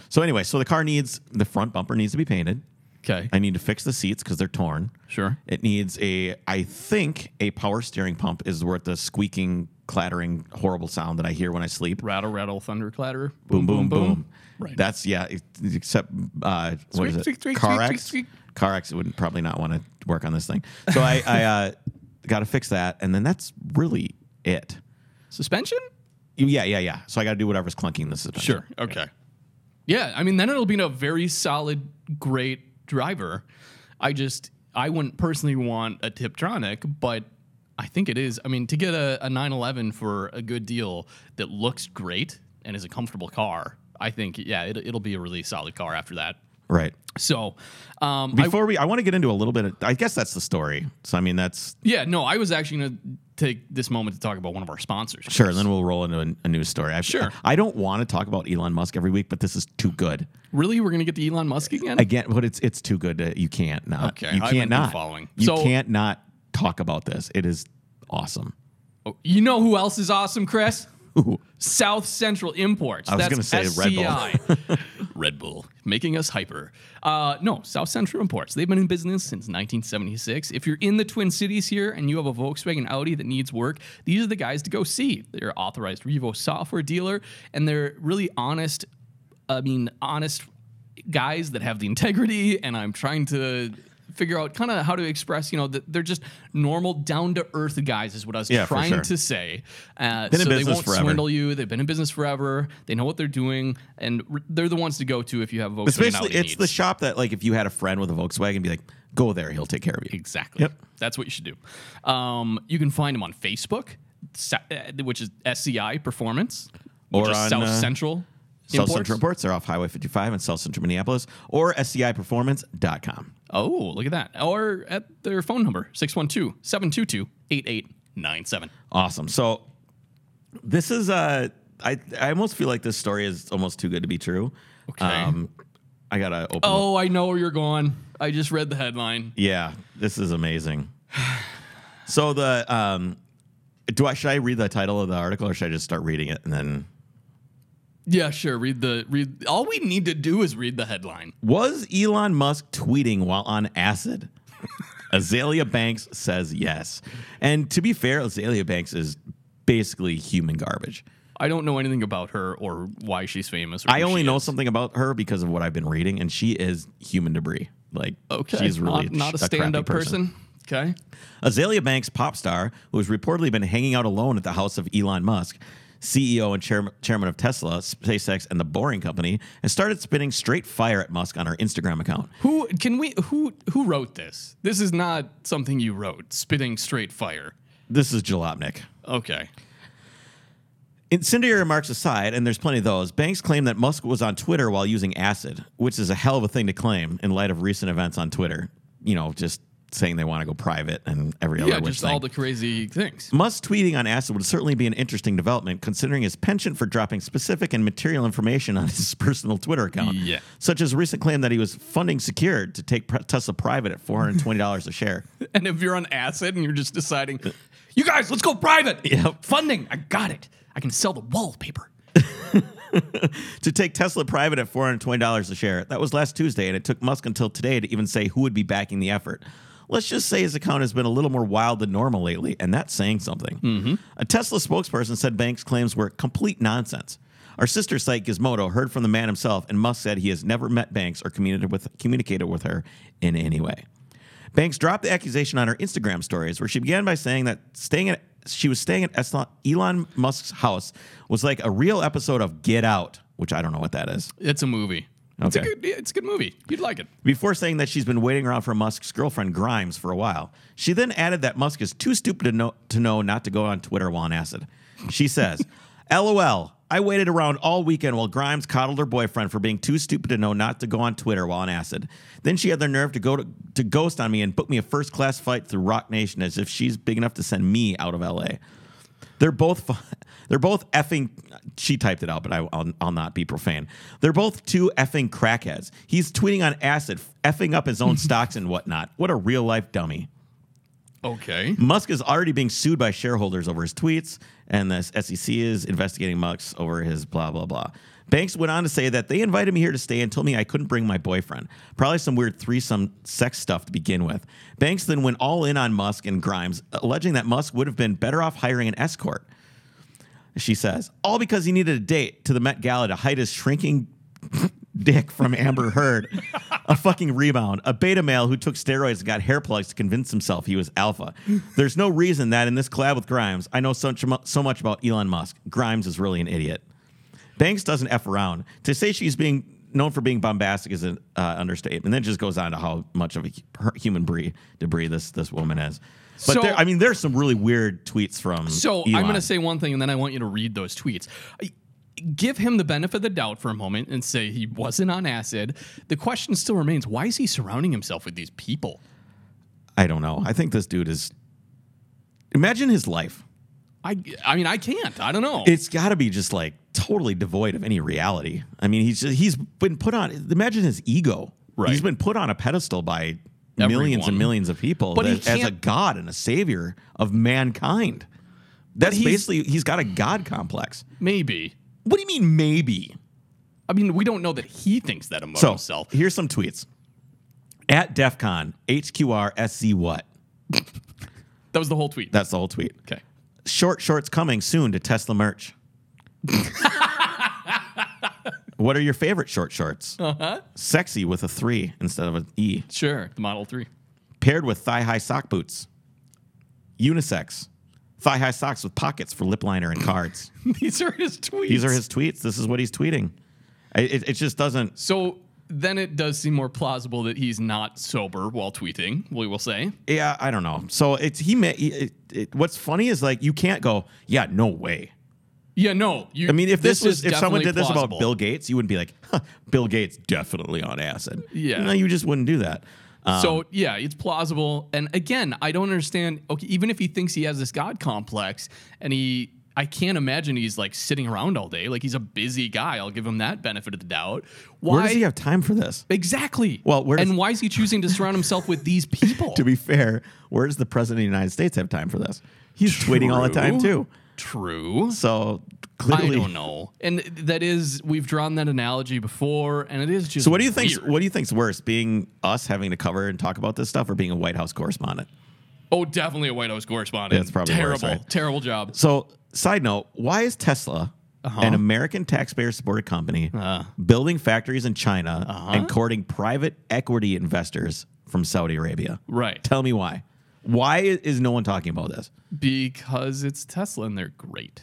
S1: So anyway, so the car needs the front bumper needs to be painted.
S2: Okay,
S1: I need to fix the seats because they're torn.
S2: sure.
S1: It needs a, I think a power steering pump is worth the squeaking, clattering, horrible sound that I hear when I sleep.
S2: Rattle, rattle, thunder, clatter.
S1: Boom, boom, boom.
S2: Right.
S1: That's yeah. it- Except uh, what is
S2: Squeak, squeak,
S1: it?
S2: squeak,
S1: Car
S2: squeak,
S1: X.
S2: squeak,
S1: Car X would probably not want to work on this thing. So I, I uh, [laughs] got to fix that, and then that's really it.
S2: Suspension?
S1: Yeah, yeah, yeah. So I got to do whatever's clunking the suspension.
S2: Okay. Yeah, I mean, then it'll be a very solid, great driver. I just, I wouldn't personally want a Tiptronic, but I think it is. I mean, to get a, a 911 for a good deal that looks great and is a comfortable car, I think, yeah, it, it'll be a really solid car after that.
S1: Right.
S2: So, um, I-
S1: Before we, I want to get into a little bit. Of, I guess that's the story. So I mean, that's
S2: yeah, no, I was actually going to take this moment to talk about one of our sponsors.
S1: sure. And then we'll roll into a, a news story. I,
S2: Sure.
S1: I don't want to talk about Elon Musk every week, but this is too good.
S2: Really, we're going to get to Elon Musk again?
S1: Again, but it's it's too good. To, you can't not.
S2: Okay, I
S1: You
S2: haven't
S1: can't
S2: been
S1: not.
S2: following.
S1: You
S2: So-
S1: can't not talk about this. It is awesome.
S2: Oh, you know who else is awesome, Chris? South Central Imports.
S1: was
S2: That's
S1: gonna say Red Bull. [laughs]
S2: Red Bull. Red Bull making us hyper. Uh, no, South Central Imports. They've been in business since 1976. If you're in the Twin Cities here and you have a Volkswagen Audi that needs work, these are the guys to go see. They're authorized Revo software dealer, and they're really honest. I mean, honest guys that have the integrity, and I'm trying to figure out kind of how to express. You know, that they're just normal, down to earth guys, is what I was
S1: Yeah, for
S2: trying
S1: sure.
S2: to say. Uh,
S1: Been in
S2: so they
S1: business
S2: won't
S1: forever.
S2: swindle you. They've been in business forever. They know what they're doing, and r they're the ones to go to if you have a Volkswagen.
S1: Especially,
S2: Audi
S1: it's
S2: needs.
S1: the shop that like if you had a friend with a Volkswagen, be like, go there. He'll take care of you.
S2: Exactly.
S1: Yep.
S2: That's what you should do. Um, you can find them on Facebook, sa- uh, which is SCI Performance, which
S1: Or
S2: is
S1: on,
S2: South
S1: uh,
S2: Central.
S1: South
S2: Imports.
S1: Central Imports. They're off Highway 55 in South Central Minneapolis or SCIperformance.com.
S2: Oh, look at that. Or at their phone number, 612 722 8897.
S1: Awesome. So this is uh I I almost feel like this story is almost too good to be true. Um,
S2: Okay.
S1: I gotta open. up-
S2: Oh, I know where you're going. I just read the headline.
S1: yeah, this is amazing. [sighs] So the um, do I should I read the title of the article or should I just start reading it and then?
S2: Yeah, sure. Read the read. All we need to do is read the headline.
S1: Was Elon Musk tweeting while on acid? [laughs] Azalea Banks says yes. And to be fair, Azalea Banks is basically human garbage.
S2: I don't know anything about her or why she's famous. or
S1: I
S2: who
S1: only
S2: she
S1: know
S2: is.
S1: something about her because of what I've been reading, and she is human debris. Like,
S2: Okay,
S1: she's really
S2: not, not a
S1: sh- crappy
S2: stand-up person. Okay,
S1: Azalea Banks, pop star, who has reportedly been hanging out alone at the house of Elon Musk, CEO and chair- chairman of Tesla, SpaceX, and the Boring Company, has started spitting straight fire at Musk on her Instagram account.
S2: who can we? Who who wrote this? This is not something you wrote. Spitting straight fire.
S1: This is Jalopnik.
S2: Okay,
S1: Incendiary remarks aside, and there's plenty of those, Banks claimed that Musk was on Twitter while using acid, which is a hell of a thing to claim in light of recent events on Twitter. You know, just saying they want to go private and every
S2: yeah,
S1: other which
S2: just
S1: thing.
S2: all the crazy things.
S1: Musk tweeting on acid would certainly be an interesting development, considering his penchant for dropping specific and material information on [laughs] his personal Twitter account,
S2: Yeah.
S1: such as recent claim that he was funding secured to take Tesla private at $420 a share.
S2: [laughs] And if you're on acid and you're just deciding, you guys, let's go private.
S1: Yep.
S2: Funding. I got it. I can sell the wallpaper.
S1: to take Tesla private at $420 a share. That was last Tuesday, and it took Musk until today to even say who would be backing the effort. Let's just say his account has been a little more wild than normal lately, and that's saying something. A Tesla spokesperson said Banks' claims were complete nonsense. Our sister site Gizmodo heard from the man himself, and Musk said he has never met Banks or communicated with, communicated with her in any way. Banks dropped the accusation on her Instagram stories, where she began by saying that staying at she was staying at Esla- Elon Musk's house was like a real episode of Get Out, which I don't know what that is.
S2: It's a movie. It's a
S1: Okay.
S2: good. It's a good movie. You'd like it.
S1: Before saying that she's been waiting around for Musk's girlfriend Grimes for a while, she then added that Musk is too stupid to know, to know not to go on Twitter while on acid. She says, [laughs] "LOL." I waited around all weekend while Grimes coddled her boyfriend for being too stupid to know not to go on Twitter while on acid. Then she had the nerve to go to, to ghost on me and book me a first class flight through Rock Nation as if she's big enough to send me out of LA. They're both fu- [laughs] they're both effing. She typed it out, but I, will I'll not be profane. They're both two effing crackheads. He's tweeting on acid, effing up his own stocks and whatnot. What a real life dummy.
S2: Okay.
S1: Musk is already being sued by shareholders over his tweets, and the SEC is investigating Musk over his blah, blah, blah. Banks went on to say that they invited me here to stay and told me I couldn't bring my boyfriend. Probably some weird threesome sex stuff to begin with. Banks then went all in on Musk and Grimes, alleging that Musk would have been better off hiring an escort. She says, all because he needed a date to the Met Gala to hide his shrinking [laughs] dick from Amber Heard, a fucking rebound, a beta male who took steroids and got hair plugs to convince himself he was alpha. There's no reason that in this collab with Grimes, I know so, much- so much about Elon Musk. Grimes is really an idiot. Banks doesn't f around. To say she's being known for being bombastic is an uh, understatement. And then it just goes on to how much of a hu- her- human debris, debris this this woman is. But
S2: So-
S1: there, I mean, there's some really weird tweets from.
S2: So I'm
S1: Elon.
S2: going to say one thing, and then I want you to read those tweets. I- give him the benefit of the doubt for a moment and say he wasn't on acid, the question still remains why is he surrounding himself with these people?
S1: I don't know. I think this dude is. Imagine his life.
S2: I, I mean, I can't. I don't know.
S1: It's got to be just like totally devoid of any reality. I mean, he's just, he's been put on. Imagine his ego.
S2: Right.
S1: He's been put on a pedestal by millions
S2: Everyone.
S1: and millions of people
S2: But he
S1: that- as a
S2: can't-
S1: god and a savior of mankind. That's
S2: he's-
S1: basically he's got a god complex.
S2: Maybe.
S1: What do you mean maybe?
S2: I mean, we don't know that he thinks that about
S1: So
S2: himself.
S1: here's some tweets. At DEF CON, HQR SC what?
S2: That was the whole tweet.
S1: That's the whole tweet.
S2: okay.
S1: Short shorts coming soon to Tesla merch. what are your favorite short shorts? Uh-huh. Sexy with a three instead of an E.
S2: Sure. The Model 3.
S1: Paired with thigh high sock boots. Unisex. Thigh high socks with pockets for lip liner and cards.
S2: [laughs] These are his tweets.
S1: These are his tweets. This is what he's tweeting. I- It, it just doesn't.
S2: So then it does seem more plausible that he's not sober while tweeting, we will say.
S1: Yeah, I don't know. So it's he. ma- It, it, what's funny is like you can't go. Yeah, no way.
S2: Yeah, no. You,
S1: I mean, if this, was
S2: is
S1: if someone
S2: definitely
S1: did this
S2: plausible.
S1: about Bill Gates, you wouldn't be like, huh, Bill Gates definitely on acid.
S2: Yeah.
S1: no, you just wouldn't do that. Um,
S2: So yeah, it's plausible. And again, I don't understand. Okay, even if he thinks he has this god complex, and he, I can't imagine he's like sitting around all day. Like he's a busy guy. I'll give him that benefit of the doubt. Why?
S1: where does he have time for this?
S2: exactly.
S1: Well, where does-
S2: and why is he choosing to surround himself with these people?
S1: [laughs] To be fair, where does the president of the United States have time for this? He's tweeting all the time too.
S2: True.
S1: So
S2: I
S1: clearly,
S2: don't know. And that is, we've drawn that analogy before, and it is just.
S1: So what do you think?
S2: weird.
S1: What do you think's worse, being us having to cover and talk about this stuff, or being a White House correspondent?
S2: Oh, definitely a White House correspondent.
S1: That's probably
S2: terrible.
S1: worse, right?
S2: Terrible job.
S1: So, side note: Why is Tesla,
S2: Uh-huh.
S1: an American taxpayer-supported company,
S2: Uh.
S1: building factories in China
S2: Uh-huh.
S1: and courting private equity investors from Saudi Arabia?
S2: Right.
S1: Tell me why. Why i- is no one talking about this?
S2: Because it's Tesla and they're great.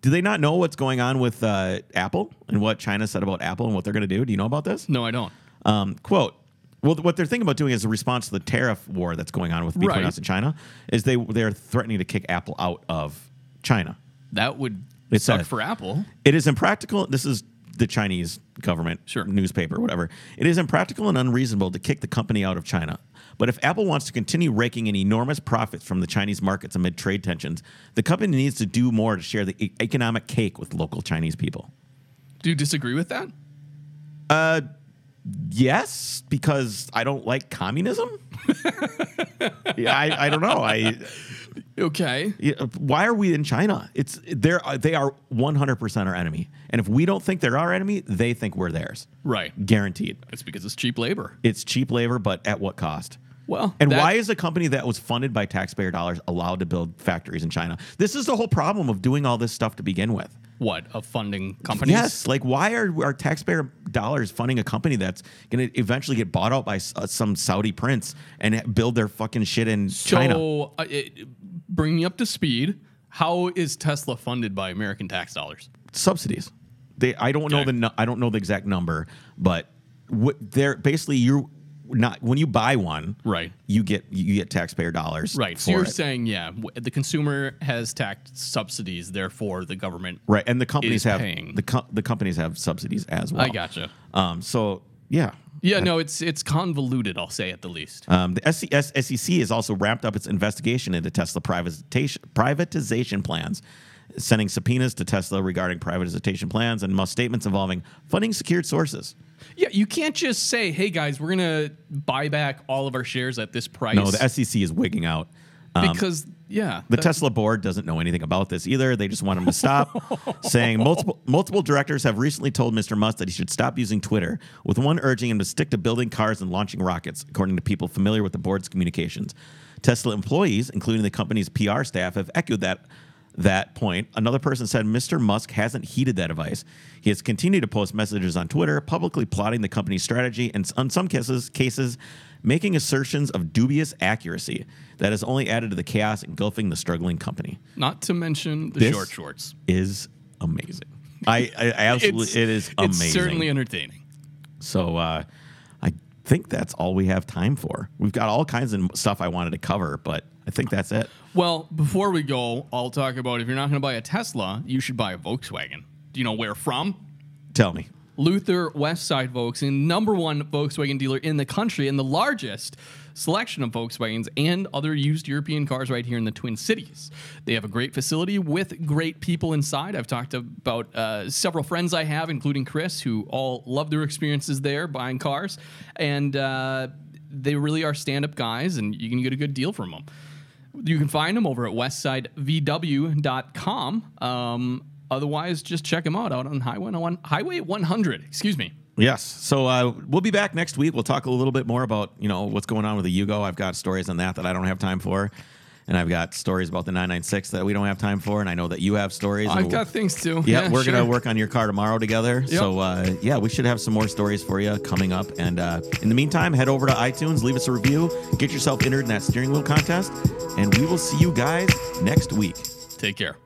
S1: Do they not know what's going on with uh, Apple and what China said about Apple and what they're going to do? Do you know about this?
S2: No, I don't.
S1: Um, quote. Well, what they're thinking about doing is a response to the tariff war that's going on with between
S2: Right.
S1: us and China is they they're threatening to kick Apple out of China.
S2: That would
S1: It
S2: suck
S1: says-
S2: for Apple.
S1: It is impractical. This is the Chinese government
S2: Sure.
S1: newspaper, whatever. It is impractical and unreasonable to kick the company out of China. But if Apple wants to continue raking in enormous profits from the Chinese markets amid trade tensions, the company needs to do more to share the e- economic cake with local Chinese people.
S2: Do you disagree with that?
S1: Yes, because I don't like communism. [laughs] yeah, I, I don't know. I
S2: Okay.
S1: Yeah, why are we in China? It's they're they are 100% our enemy. And if we don't think they're our enemy, they think we're theirs.
S2: Right.
S1: Guaranteed.
S2: It's because it's cheap labor.
S1: It's cheap labor, but at what cost?
S2: Well,
S1: And
S2: that-
S1: why is a company that was funded by taxpayer dollars allowed to build factories in China? This is the whole problem of doing all this stuff to begin with.
S2: what a funding company?
S1: Yes, like why are our taxpayer dollars funding a company that's going to eventually get bought out by s- uh, some Saudi prince and build their fucking shit in China?
S2: So, uh, it, bring me up to speed. How is Tesla funded by American tax dollars?
S1: Subsidies. They I don't know
S2: Okay.
S1: the nu- I don't know the exact number, but what they're basically you're not when you buy one,
S2: Right.
S1: You get you get taxpayer dollars,
S2: Right. So
S1: for
S2: you're
S1: it.
S2: saying, yeah, w- the consumer has tax subsidies, therefore the government.
S1: Right, and the companies have
S2: paying.
S1: the co- the companies have subsidies as well.
S2: I gotcha.
S1: Um, so yeah,
S2: Yeah, no, it's it's convoluted. I'll say at the least.
S1: um, the SES, SEC has also wrapped up its investigation into Tesla privatization privatization plans, sending subpoenas to Tesla regarding privatization plans and must statements involving funding secured sources.
S2: Yeah, you can't just say, "Hey guys, we're gonna buy back all of our shares at this price."
S1: No, the SEC is wigging out.
S2: because yeah,
S1: The
S2: that-
S1: Tesla board doesn't know anything about this either. They just want him to stop, saying multiple multiple directors have recently told Mr. Musk that he should stop using Twitter, with one urging him to stick to building cars and launching rockets, according to people familiar with the board's communications. Tesla employees, including the company's PR staff, have echoed that that point. Another person said Mr. Musk hasn't heeded that advice. He has continued to post messages on Twitter, publicly plotting the company's strategy and in some cases cases making assertions of dubious accuracy that has only added to the chaos engulfing the struggling company.
S2: not to mention the
S1: This-
S2: short shorts.
S1: Is amazing. I,
S2: [laughs]
S1: I absolutely it is
S2: it's
S1: amazing.
S2: certainly entertaining.
S1: so uh, I think that's all we have time for. We've got all kinds of stuff I wanted to cover, but I think that's it.
S2: Well, before we go, I'll talk about if you're not going to buy a Tesla, you should buy a Volkswagen. Do you know where from?
S1: Tell me.
S2: Luther Westside Volkswagen, number one Volkswagen dealer in the country and the largest selection of Volkswagens and other used European cars right here in the Twin Cities. They have a great facility with great people inside. I've talked about uh, several friends I have, including Chris, who all love their experiences there buying cars. And uh, they really are stand up guys, and you can get a good deal from them. You can find them over at westsidevw.com. Um, otherwise, just check them out out on Highway, on Highway 100. Excuse me.
S1: Yes. So uh, we'll be back next week. We'll talk a little bit more about you know what's going on with the Yugo. I've got stories on that that I don't have time for, and I've got stories about the 996 that we don't have time for, and I know that you have stories. and
S2: I've
S1: we'll-
S2: got things too.
S1: Yeah, we're
S2: sure.
S1: gonna work on your car tomorrow together. So uh, yeah, we should have some more stories for you coming up. And uh, in the meantime, head over to iTunes, leave us a review, get yourself entered in that steering wheel contest, and we will see you guys next week.
S2: Take care.